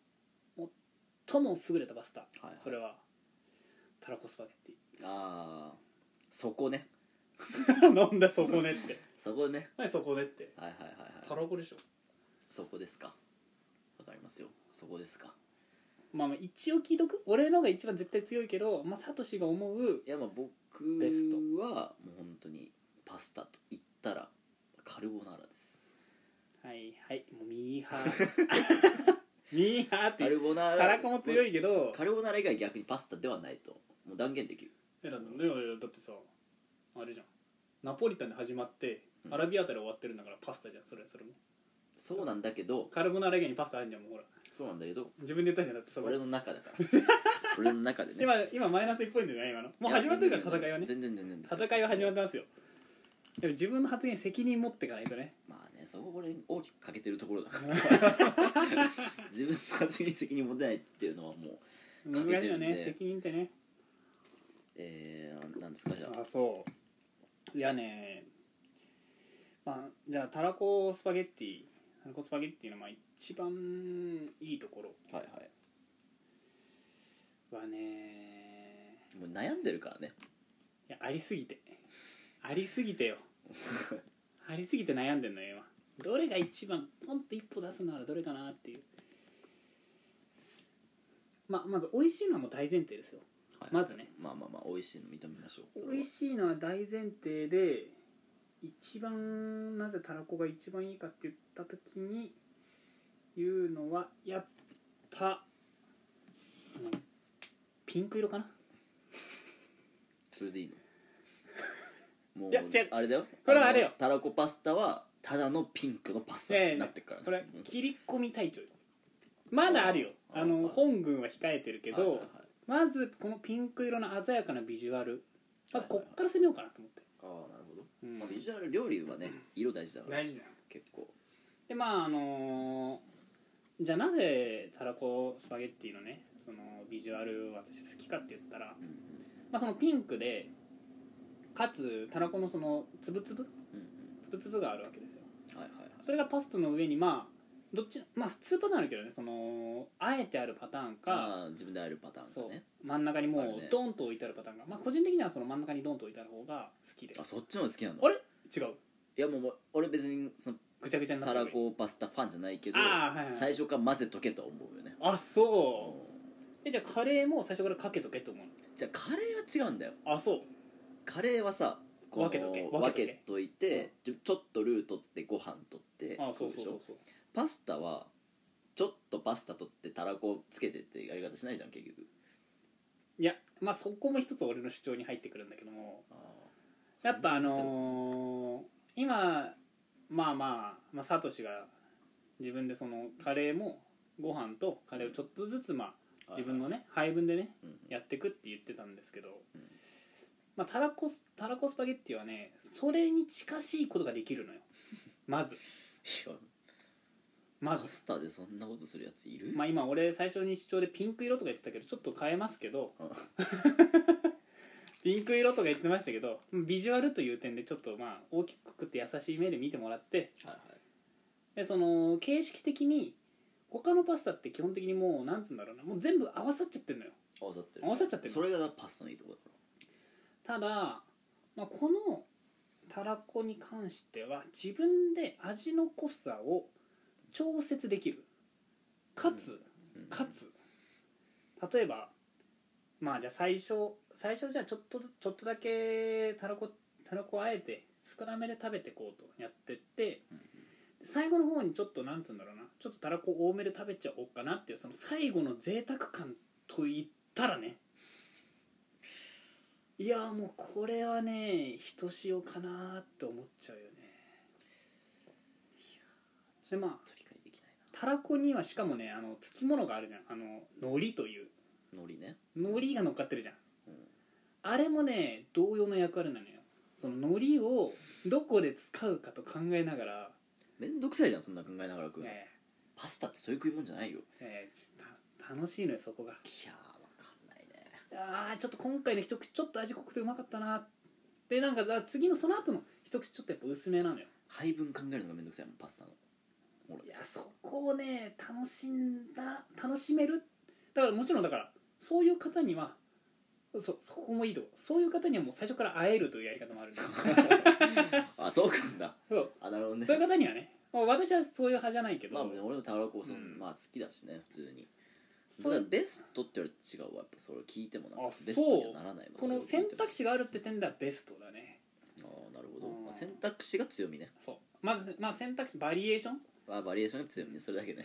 B: 最も優れたパスタ、
A: はいはい
B: それはたらこスパゲッ
A: ああそこね
B: ティ なんだそこねって
A: そこね
B: 何そこねって
A: はいはいはい
B: た
A: はい
B: らこでしょ
A: そこですかわかりますよそこですか
B: まあまあ一応聞いとく俺の方が一番絶対強いけどまあサトシが思う
A: いやまあ僕
B: ベスト
A: はもう本当にパスタと言ったらカルボナーラです
B: はいはいもうミーハー ミーハーって言う
A: カルボナー
B: た
A: ラ
B: らこも強いけど
A: カルボナーラ以外逆にパスタではないともう断言できる
B: えだっていやいやだってさあれじゃんナポリタンで始まって
A: うん
B: アラビアータで終わってるんだからパスタじゃんそれそれも
A: そうなんだけど
B: カルボナーラ以外にパスタあるじゃんもうほら
A: そうなんだけど
B: 自分で言ったじゃんだってさ
A: 俺の中だから 俺の中でね
B: 今今マイナス1ポイントじゃない今のもう始まってるから戦いはね
A: 全然全然ですよ
B: 戦いは始まってますよでも自分の発言に責任持っていかないとね
A: まあねそこ俺に大きく欠けてるところだから 自分の発言責任持てないっていうのはもう
B: 難し
A: 欠けて
B: いよ
A: るんで
B: ね責任ってね
A: えー、なんですかじゃあ
B: あそういやねまあじゃあたらこスパゲッティたらこスパゲッティのまあ一番いいところ
A: はいは
B: はね
A: いもう悩んでるからね
B: いやありすぎてありすぎ てよありすぎて悩んでんのよ今どれが一番ポンと一歩出すならどれかなっていうまあまず美味しいのはもう大前提ですよ
A: はい
B: まずね
A: まあまあまあ美味しいの認めましょうそれは
B: 美味しいのは大前提で一番なぜたらこが一番いいかって言った時に言うのはやっぱあのピンク色かな
A: それでいい のもう
B: いや違う
A: あれだよ
B: これはあれよ
A: のたらこパスタはただのピンクのパスタ
B: ねえ
A: になってっからね
B: これ
A: うん
B: 切り込み隊長まだあるよ
A: あー
B: あの本軍は控えてるけ
A: はいはい
B: ど
A: はい
B: まずこのピンク色の鮮やかなビジュアルまずこっから攻めようかなと思って、
A: ああなるほど、
B: うん
A: まあ、ビジュアル料理はね色大事だから
B: 大事じゃん
A: 結構
B: でまああのーじゃあなぜたらこスパゲッティのねそのビジュアル私好きかって言ったら、
A: うん
B: まあ、そのピンクでかつたらこのそのつぶつぶ
A: うん
B: つぶつぶがあるわけですよ
A: うんはいはいはい
B: それがパスタの上にまあどっちまあ普通パターンあるけどねそのあえてあるパターンか
A: ああ自分であえるパターン
B: そう
A: だね
B: 真ん中にも
A: あるね
B: うドンと置いてあるパターンが、まあ個人的にはその真ん中にドンと置いてある方が好きで
A: あ
B: す
A: そっちの方が好きなの
B: あれ違う
A: いやもうもう俺別にその
B: ぐちゃぐちゃになったてる
A: らこパスタファンじゃないけど
B: あーはいはい
A: 最初から混ぜとけとは思うよね
B: あそうえじゃあカレーも最初からかけとけと思う
A: じゃあカレーは違うんだよ
B: のあそう
A: カレーはさこう
B: 分けとけ
A: 分
B: 分
A: け
B: け
A: といてちょちょっとルー取ってご飯取って
B: あそう
A: で
B: そう
A: し
B: そう
A: ょ
B: そう
A: パスタはちょっとパスタ取ってたらこつけてってやり方しないじゃん結局
B: いやまあそこも一つ俺の主張に入ってくるんだけども
A: あ
B: やっぱあ
A: そうです
B: のー今まあまあまあサトシが自分でそのカレーもご飯とカレーをちょっとずつまあ
A: ー
B: 自分のね配分でね
A: うん
B: やってくって言ってたんですけど
A: うん
B: まあたらこスたらこスパゲッティはねそれに近しいことができる のよまず
A: いや
B: ま
A: パ
B: ず
A: スタでそんなことするやついる、
B: まあ今俺最初に主張でピンク色とか言ってたけどちょっと変えますけど
A: うん
B: ピンク色とか言ってましたけどビジュアルという点でちょっとまあ大きくくって優しい目で見てもらって
A: はい
B: でその形式的に他のパスタって基本的にもうなんつうんだろうなもう全部合わさっちゃってるのよ
A: 合わさってる
B: 合わさっちゃってる
A: そ
B: の
A: れがパスタのいいとこだか
B: ただ、まあ、このたらこに関しては自分で味の濃さを調節できるかつ、
A: ら、うん
B: かつ例えばまあじゃあ最初最初じゃあちょっとちょっとだけたらこたらこあえて少なめで食べてこうとやってって
A: うん
B: 最後の方にちょっとなんつうんだろうなちょっとたらこ多めで食べちゃおうかなっていうその最後の贅沢感と言ったらねいやーもうこれはねひとしおかなーって思っちゃうよねでまあ
A: ちょっと理解できない
B: たらこにはしかもねあのつきものがあるじゃんあの海苔という
A: な海苔ね
B: 海苔が乗っかってるじゃん、
A: うん
B: あれもね同様の役割なのよその海苔をどこで使うかと考えながら、
A: めんどくさいじゃんそんな考えながら食うの、
B: え
A: パスタってそういう食い物じゃないよい
B: えええちょた楽しいのよそこが
A: やーわかんないね
B: あーちょっと今回の一口ちょっと味濃くてうまかったなでなんかだから次のその後の一口ちょっとやっぱ薄めなのよ
A: 配分考えるのがめんどくさいもんパスタの
B: いやそこをね楽しんだ楽しめるだからもちろんだからそういう方にはそそこもいいとこそういう方にはもう最初から会えるというやり方もあるんだ
A: あそうかんだ
B: そう
A: あなるほどね
B: そういう方にはねもう私はそういう派じゃないけど、
A: まあ俺もたらこそ、
B: うん
A: まあ好きだしね普通に
B: そ
A: だ
B: う
A: からベストって言われて違うわやっぱそれを聞いてもなんか
B: あ
A: ベストにはならないわ
B: この
A: それ
B: 選
A: を聞いても
B: 択肢があるって点ではベストだね
A: ああなるほど、
B: うん
A: まあ、選択肢が強みね
B: そうまず、まあ、選択肢バリエーション
A: まあバリエーションが強みねそれだけね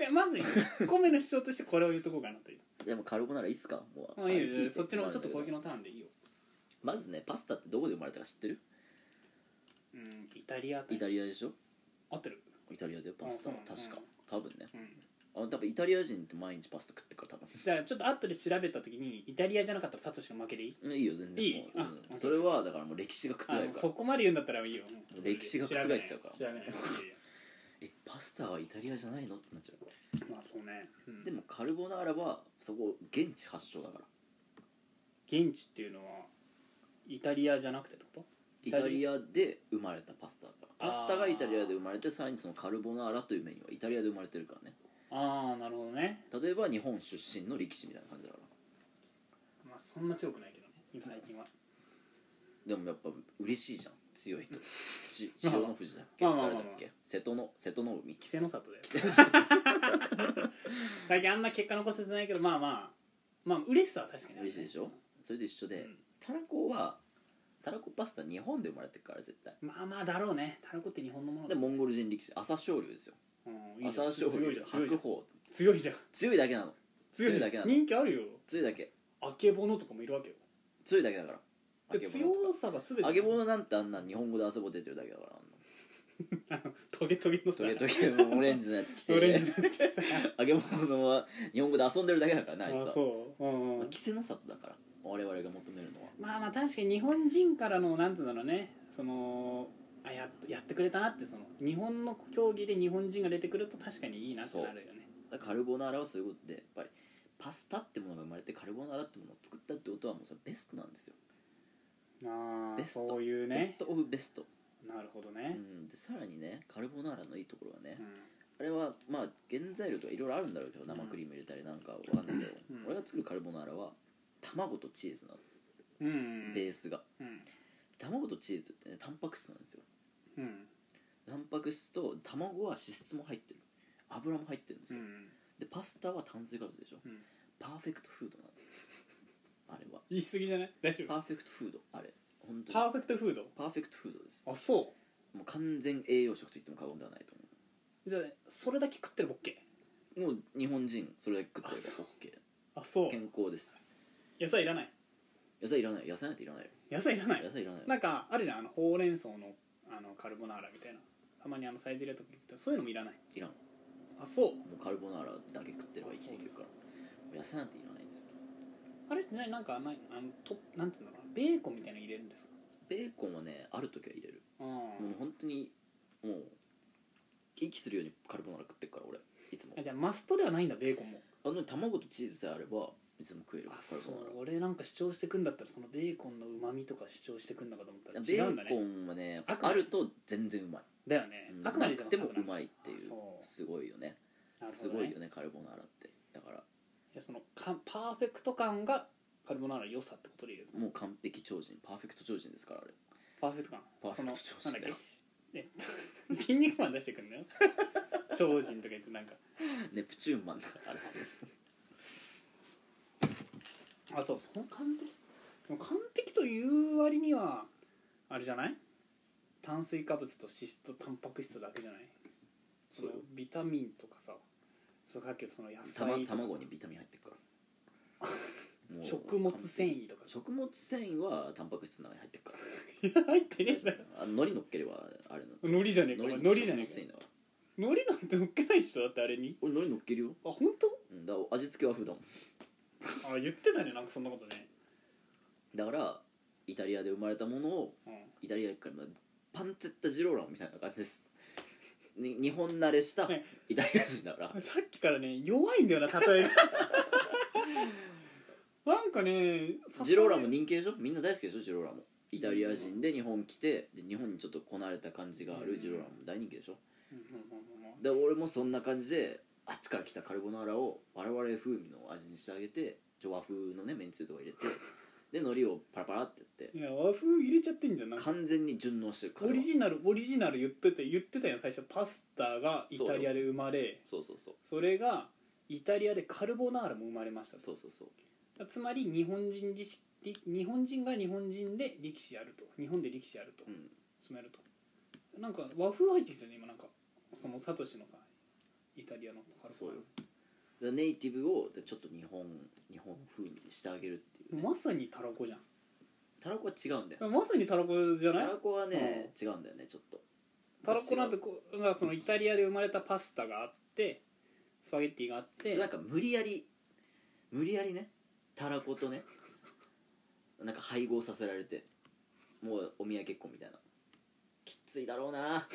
B: えまず1個目 の主張としてこれを言っとこうかなという
A: でもカルボナーラいいっすかもう
B: まあいい
A: ありすぎ
B: よ
A: て
B: そっちのちょっと攻撃のターンでいいよ、
A: まずねパスタってどこで生まれたか知ってる
B: うん、イタリア
A: イタリアでしょ
B: 合ってる、
A: イタリアでパスタは
B: あそ
A: 確
B: う
A: か多分ね
B: うん、
A: あの多分イタリア人って毎日パスタ食ってるから多
B: じゃあちょっと後で調べた時にイタリアじゃなかったらサトシが負けでいい
A: 分いいよ全然
B: いい
A: もう
B: あ
A: う
B: OK
A: ん、それはだからもう歴史が覆
B: あ
A: るから
B: そこまで言うんだったらいいよ
A: 歴史が覆っちゃうから
B: 調べない調べないいや
A: えパスタはイタリアじゃないのってなっちゃう
B: いやまあそうね、うん
A: でもカルボナーラはそこ現地発祥だから
B: 現地っていうのはイタリアじゃなくてってこ
A: イタリアで生まれたパスタだから
B: あー
A: パスタがイタリアで生まれてさらにそのカルボナーラというメニューはイタリアで生まれてるからね
B: とああなるほどね
A: 例えば日本出身の力士みたいな感じだから
B: まあそんな強くないけどね今最近は
A: でもやっぱ嬉しいじゃん強いとち千代の富士だっけ
B: まあまあ
A: 誰
B: ま
A: だ
B: あ
A: っ
B: まあ
A: け瀬戸の瀬戸の海
B: 稀勢の里だよ最近あんな結果残せてないけどまあまあまあ嬉しさは確かにあるね
A: 嬉しいでしょそれと一緒
B: う
A: で、
B: ん
A: たらこはたらこパスタ日本で生まれてるから絶対
B: まあまあだろうねタラコって日本のもの
A: で
B: だ
A: モンゴル人力士朝青龍ですよ
B: うんいいじゃ
A: 朝
B: ん
A: 青
B: 強いじ
A: 龍
B: ゃん強いじゃ
A: 白
B: ん
A: 鵬
B: 強いじゃん
A: 強いだけなの強いだけなの
B: 人気あるよ
A: 強いだけ
B: あけぼのとかもいるわけよ
A: 強いだけだから揚げ物
B: 強さが全て
A: 揚げ物なんてあんな日本語で遊ぼう出てるだけだからあんな
B: あのトゲトゲのさ
A: トゲトゲのオレンジのやつ着て
B: オレンジのやつ着てさ
A: 揚げ物は日本語で遊んでるだけだからなあいつ
B: あ
A: は
B: そううんう
A: まあ
B: ん
A: 稀勢の里だから我々が求めるのは
B: まあまあ確かに日本人からのなんつうんだろうねそのあやっとやってくれたなってその日本の競技で日本人が出てくると確かにいいなってなるよね
A: だからカルボナーラはそういうことでやっぱりパスタってものが生まれてカルボナーラってものを作ったってことはもうそれベストなんですよ、
B: ああ
A: ベスト
B: そういう
A: ベス
B: ね
A: トオブベスト、
B: なるほど
A: う
B: ね、
A: ん、でさらにねカルボナーラのいいところはね
B: う、ん
A: あれはまあ原材料とかいろいろあるんだろうけど生クリーム入れたりなんかわかんないけど、
B: うん
A: 俺が作るカルボナーラは卵とチーズなの
B: うん
A: ベースが、
B: うん
A: 卵とチーズってねタンパク質なんですよ
B: うん
A: タンパク質と卵は脂質も入ってる油も入ってるんです
B: う
A: よ、
B: ん
A: でパスタは炭水化物でしょ
B: うん
A: パーフェクトフードなのあれは
B: 言い過ぎじゃない大丈
A: パ
B: 夫
A: ーフェクトフードあれ本当に
B: パーフェクトフード
A: パーフェクトフードです
B: あそ
A: もう完全栄養食と言っても過言ではないと
B: うじゃあそれだけ食ってるぼっけ
A: 思うもう日本人それだけ食ってる
B: あそ
A: か
B: うあ
A: ら
B: そう
A: OK 健康です
B: 野菜いらない
A: 野菜いらない野菜なんていらないよ
B: 野菜いらない
A: 野菜いらないよ
B: なんかあるじゃんあのほうれん草のあのカルボナーラみたいなたまにあのサイズ入れとか行くとそういうのもいらない
A: いらんも
B: あそう
A: うカルボナーラだけ食ってれば生きていけるから
B: あ
A: もう野菜なんていらないんですよ
B: あれってねなんかないあのとなんつうんだろうなベーコンみたいなの入れるんですか
A: ベーコンはねある時は入れる
B: あ
A: もう本当にもう息するようにカルボナーラ食ってるから俺いつも
B: あじゃあマストではないんだベーコンも
A: あの卵とチーズさえあればいつも食える
B: あ
A: カル
B: そ
A: ボナーラ
B: う俺なんか主張してくんだったらそのベーコンのうまみとか主張してくんのかと思ったら
A: ベ
B: 違うんだ
A: ーコ
B: ね
A: ンはね
B: あくまで
A: あると全然うまい、
B: だよね、
A: うん
B: あくま
A: な
B: で
A: くてもうま
B: い
A: いっていう
B: あそう
A: すごいよね
B: なるほ
A: す
B: ど
A: ご
B: ね
A: いよねカルボナーラってだから
B: いやそのかパーフェクト感がカルボナーラの良さってことでいいですか
A: もう完璧超人パーフェクト超人ですからあれ
B: パーフェクト感
A: パーフェクト
B: その
A: 超人だよ
B: なんだっけえ っと筋肉マン出してくんのよ 超人とか言ってなんか
A: ネプチューンマンだからあれ
B: あそうその完璧でも完璧という割にはあれじゃない炭水化物と脂質とタンパク質だけじゃないそ
A: そう
B: の
A: よ
B: ビタミンとかさそうかけどその野
A: た
B: 菜
A: ま
B: とかさ
A: 卵にビタミン入ってるからもう
B: 食物繊維とか
A: 食物繊維はタンパク質の中に入ってるか
B: いや入ってねえだろ
A: らあ海苔乗っければあれなん
B: 海苔じゃねえかお前海苔じゃねえか
A: 食物繊維だわ
B: 海苔なんて乗っけない人だってあれに
A: 俺海苔乗っけるよ、
B: あ本当
A: うん、だから味付けは普段
B: あ言ってたねなんかそんなことね
A: だからイタリアで生まれたものを
B: うん
A: イタリアからまあパンツェッタジローラモみたいな感じですに日本慣れした
B: ね
A: イタリア人だから
B: さっきからね弱いんだよな例えがなんかね
A: ジローラモ
B: も
A: 人気でしょみんな大好きでしょジローラモイタリア人で日本来てで日本にちょっとこなれた感じがあ
B: う
A: る
B: ん
A: ジローラも大人気でしょ
B: うんうんうんうん
A: で俺もそんな感じであっちから来たカルボナーラを我々風味の味にしてあげてちょ和風のねめんつゆとか入れてで海苔をパラパラってやって
B: いや和風入れちゃってんじゃんなんか
A: 完全に順応してる
B: オ
A: は
B: リジナルオリジナル言ってて言ってたやん最初パスタがイタリアで生まれ
A: そうそうそう
B: それがイタリアでカルボナーラも生まれましたと
A: そうそうそう
B: つまり日本人自身日本人が日本人で力士やると日本で力士やると、
A: うん
B: そうやるとなんか和風入ってきてるね今なんかそのサトシのさイタリアのカルボナーラ
A: そうよでネイティブをでちょっと日本日本風味にしてあげるっていうね、
B: まさにタラコじゃん
A: たらこは違うんだよ
B: まさにタラコじゃ
A: た
B: ない
A: らこはね、違うんだよねちょっと
B: タラコなんてこうなんかそのイタリアで生まれたパスタがあってスパゲッティがあって
A: そうなんか無理やり無理やりねたらことねなんか配合させられてもうお見合い結婚みたいなきついだろ うな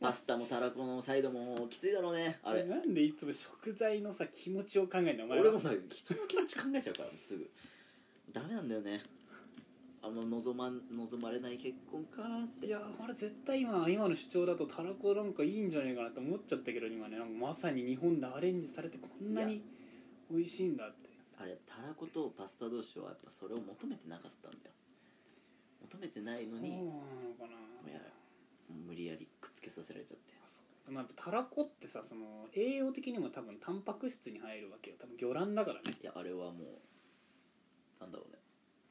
A: パスタもたらこのサイドもきついだろうねあれ
B: なんでいつも食材のさ気持ちを考えるのお前は
A: 俺もさ人の気持ち考えちゃうからすぐダメなんだよねあの望まん望まれない結婚かーって
B: いやこれ絶対今今の主張だとたらこなんかいいんじゃないかなと思っちゃったけど今ねなんかまさに日本でアレンジされてこんないに美味しいんだって
A: あれたらことパスタ同士はやっぱそれを求めてなかったんだよ求めてないのに
B: そうな
A: も
B: のか
A: う
B: な
A: や無理やりくっつけさせられちゃって
B: あそうまあやっぱたらこってさその栄養的にも多分タンパク質に入るわけよ多分魚卵だからね
A: いやあれはもうなんだろうね、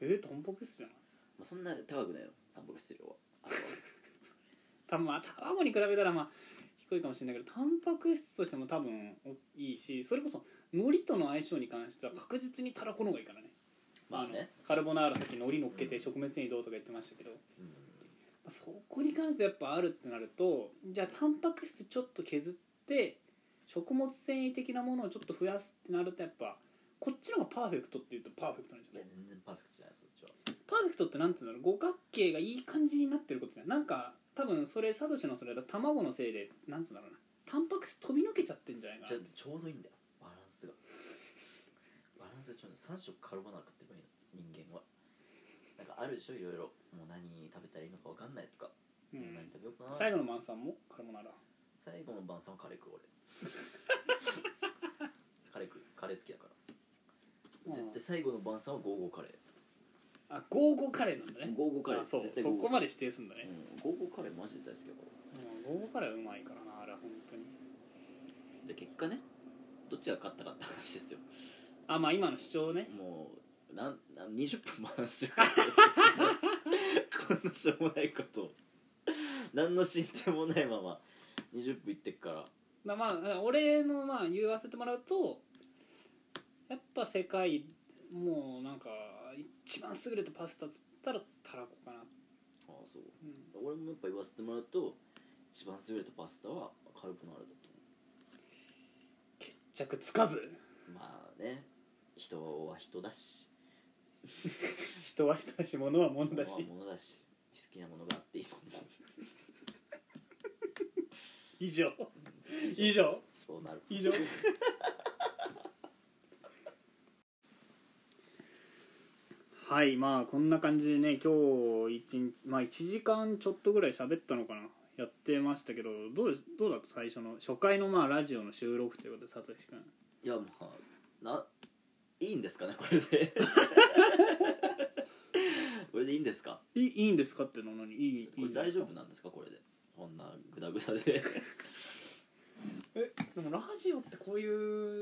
B: えー、タンパク質じゃない
A: まあ、そんな高くないよタンパク質量はあれは
B: たまあ卵に比べたらまあ低いかもしれないけどタンパク質としても多分いいしそれこそ海苔との相性に関しては確実にたらこの方がいいからね
A: まあね、
B: のカルボナーラさっき海苔乗っけ
A: う
B: て
A: ん
B: 食物繊維どうとか言ってましたけど、まあそこに関してやっぱあるってなるとじゃあタンパク質ちょっと削って食物繊維的なものをちょっと増やすってなるとやっぱこっちの方がパーフェクトっていうとパーフェクトなんじゃない
A: 全然パーフェクトじゃないそっちは
B: パーフェクトってなんていうんだろう五角形がいい感じになってることじゃないなんか多分それサトシのそれだ卵のせいでなんつうんだろうなタンパク質飛び抜けちゃってんじゃないかな
A: ちょちょうどいいんだよバランスがバランスがちょうどいい3食カルボナーラ食ってもいいの人間はなんかあるでしょいろいろもう何食べたらいいのか分かんないとか、
B: う
A: もう何
B: ん、
A: 食べようかな
B: 最後の晩餐もカルボナーラ
A: 最後の晩餐はカレー 食う俺カレー食うカレー好きだから絶対最後の晩餐はゴーゴーカレ
B: あゴーゴーカレーなんだ
A: ー
B: ね
A: ゴーゴーカレー
B: あそう
A: 絶対
B: そ
A: ゴーゴ
B: こ
A: ーカ
B: ま
A: レ
B: で指定すんだ
A: ー
B: ね、
A: うんゴーゴーカレーマジで大好きだか
B: うんゴーゴーカレーはうまいからなあれは本当に
A: らで結果ねどっちが勝ったかって話ですよ
B: あまあ今の主張ね
A: もうなんなん20分も話してるからこんなしょうもないことを何の進展もないまま20分いってっから
B: だまあ俺のまあ言わせてもらうとやっぱ世界もうなんか一番優れたパスタっつったらたらこかな、
A: ああそう
B: うん、
A: 俺もやっぱ言わせてもらうと一番優れたパスタはカルボナーラだと思う
B: 決着つかず
A: まあね人は人だし
B: 人は人だし物は物
A: 物
B: だ
A: は
B: し
A: 物だし好きなものがあっていいと思
B: 以上
A: う
B: 以上
A: そうなる
B: 以上はいまあこんな感じでね今日一日まあ1時間ちょっとぐらい喋ったのかなやってましたけどどうですどうだった最初の初回のまあラジオの収録ということでさとし君
A: いやまあないいんですかねこれ でこれでいいんですか
B: いいいいんですかってのなのにいい
A: これ大丈夫なんですかこれでこんなグダグダ で
B: 夫でもラジオってこうい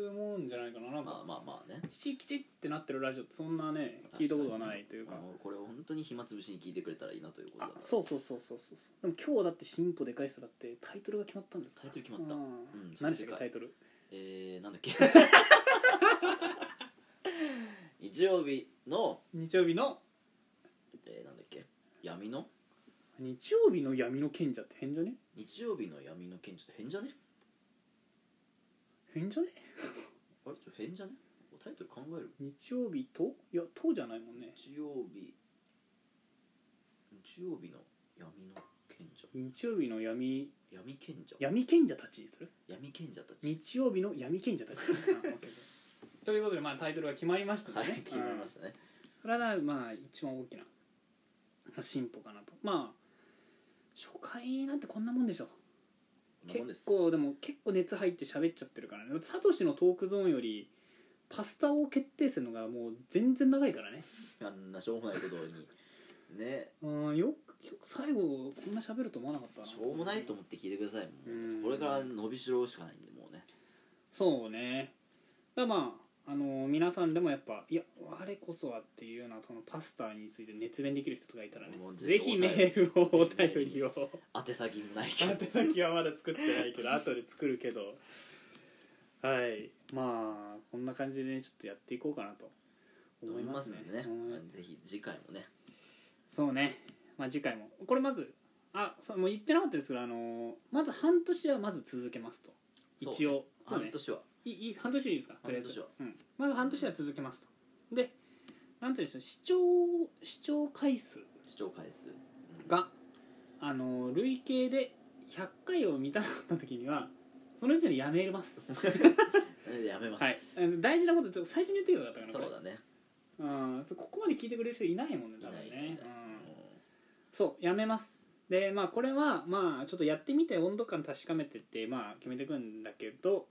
B: うもんじゃないかななん
A: まあ
B: か
A: まあまあね
B: きちきちってなってるラジオってそんなね
A: 確
B: 聞
A: かに
B: いたことがないというか
A: あのこれを本当に暇つぶしに聞いてくれたらいいなということだ
B: あ
A: から
B: そうそうそうそうそうそうでも今日だって進歩でかい人だってタイトルが決まったんですか
A: タイトル決まった
B: うん
A: うん
B: 何でしたっけ
A: そ
B: タ
A: れ
B: イトル
A: えー、なんだっけ 日曜日の、
B: 日曜日の
A: えー、なんだっけ闇の
B: 日曜日の闇の賢者って変じゃね
A: 日曜日の闇の賢者って変じゃね
B: 変じゃね
A: あれちょ変じゃねタイトル考える
B: 日曜日といや「と」じゃないもんね
A: 日曜日日曜日の闇の賢者
B: 日曜日の闇
A: 闇賢者
B: 闇賢者たちにする
A: 闇賢者たち
B: 日曜日の闇賢者たちに するあ OK ということでまあタイトルが決まりました
A: は
B: のでね
A: い決まりましたね
B: うんそれはまあ一番大きなまあ進歩かなとまあ初回なんてこんなもんでしょ
A: こんなもんで
B: 結
A: す
B: 構でも結構熱入って喋っちゃってるからねサトシのトークゾーンよりパスタを決定するのがもう全然長いからね
A: あんなしょうもないことに ね
B: うんよくよく最後こんな喋ると思わなかったな
A: しょうもないと思って聞いてくださいも
B: うん
A: うこれから伸びしろしかないんでもうね
B: そうねだからまあ、あの皆さんでもやっぱいや我こそはっていうようなこのパスタについて熱弁できる人とかいたらね
A: もう
B: ぜ
A: ぜ
B: ひ
A: ひ
B: メールをお便りを
A: 宛先もないけど
B: 宛先はまだ作ってないけど後で作るけどはいまあこんな感じでねちょっとやっていこうかなと思
A: 思
B: い
A: い
B: ま
A: ますす
B: ね
A: んでね
B: うん
A: ぜひ次回もね
B: そうねまあ次回もこれまずあそうもう言ってなかったですけどあのまず半年はまず続けますと
A: そう
B: 一応そうね
A: 半年はい
B: いいい半年でいいですかとりあえず
A: 半年は
B: うん、まだ半年は続けますとでなんていうんでしょう視聴視聴回数
A: 視聴回数
B: があの累計で100回を満たなかった時にはその時点でやめます、
A: うんやめま
B: はい
A: す、
B: 大事なことちょっと最初に言ってよかったかな
A: そ
B: これ
A: うだね
B: うん、そうここまで聞いてくれる人いないもんね
A: い
B: 多
A: な
B: 分
A: い
B: ね
A: ね
B: うん、そうやめますでまあこれはまあちょっとやってみて温度感確かめてってまあ決めていくんだけど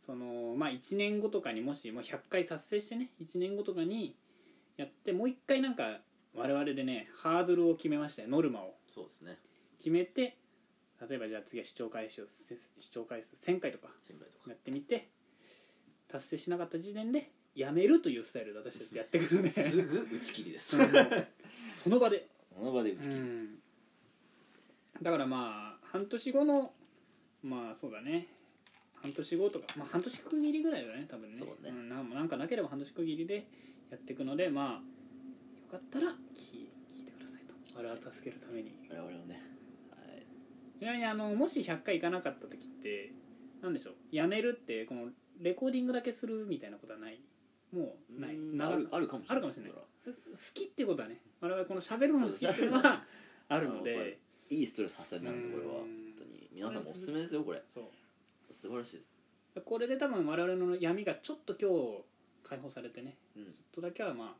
B: そのまあ1年後とかにもしもう100回達成してね1年後とかにやってもう一回なんか我々でねハードルを決めましたよノルマを
A: そうですね
B: 決めて例えばじゃあ次は視聴回数せ視聴回数1000回とか
A: 先輩とか
B: やってみて達成しなかった時点でやめるというスタイルで私たちやってくるんで
A: すぐ打ち切りです
B: その その場で
A: その場で打ち切
B: う
A: り
B: んだからまあ半年後のまあそうだね半年後とか、まあ、半年区切りぐらいだね多分ね
A: そうね
B: ん、なんなんかなければ半年区切りでやっていくのでまあよかったら聞聞いてくださいと我々は助けるために
A: 我々もねはい
B: ちなみにあのもし100回いかなかった時って何でしょうやめるってこのレコーディングだけするみたいなことはないもうない
A: うん
B: 長さ
A: あるあるかもしれな
B: あ
A: い
B: るかもしれない好きってことはね我々この喋るのが好きっていうの
A: そう
B: はあるの
A: あのこ
B: で
A: れいいストレス発散になるんでこれは
B: うん
A: 本当に皆さんもおすすめですよこれ
B: そう
A: 素晴らしいです
B: これで多分我々の闇がちょっと今日解放されてね
A: うん
B: ちょっとだけはま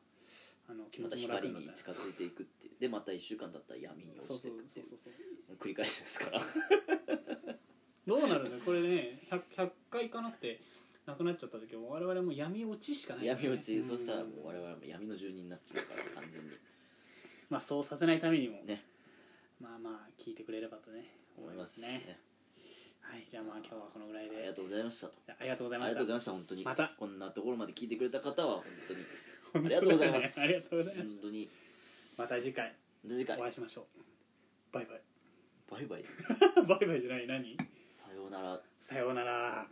B: ああの気持
A: また
B: ちも楽
A: 光
B: になっ
A: に
B: た
A: 近づいていくっていうでまた1週間経ったら闇に落
B: そう
A: ち
B: そ
A: ていうくって
B: そ
A: いう
B: そうそう
A: う繰り返しですから
B: どうなるんだよこれね 100, 100回行かなくてなくなっちゃった時も我々も闇落ちしかないからね、
A: 闇落ち
B: ん
A: そしたらもう我々も闇の住人になっちまうから完全に
B: まあそうさせないためにも
A: ね
B: まあまあ聞いてくれればとね
A: 思います
B: ね
A: ね
B: はいじゃあまあ今日はこのぐらい
A: ありが
B: で
A: とうございましたと
B: ありがとうござい
A: あ
B: まし
A: りがとう
B: た
A: ございました本当に
B: また
A: こんなところまで聞いてくれた方は本当に
B: あ
A: ありがとうございます
B: ありがとうございま
A: 本
B: した
A: 当に
B: また次回
A: で次回
B: お
A: バ
B: 会いしましょうバイバイ
A: イバイ
B: バイバイじゃない何
A: さようなら
B: さようなら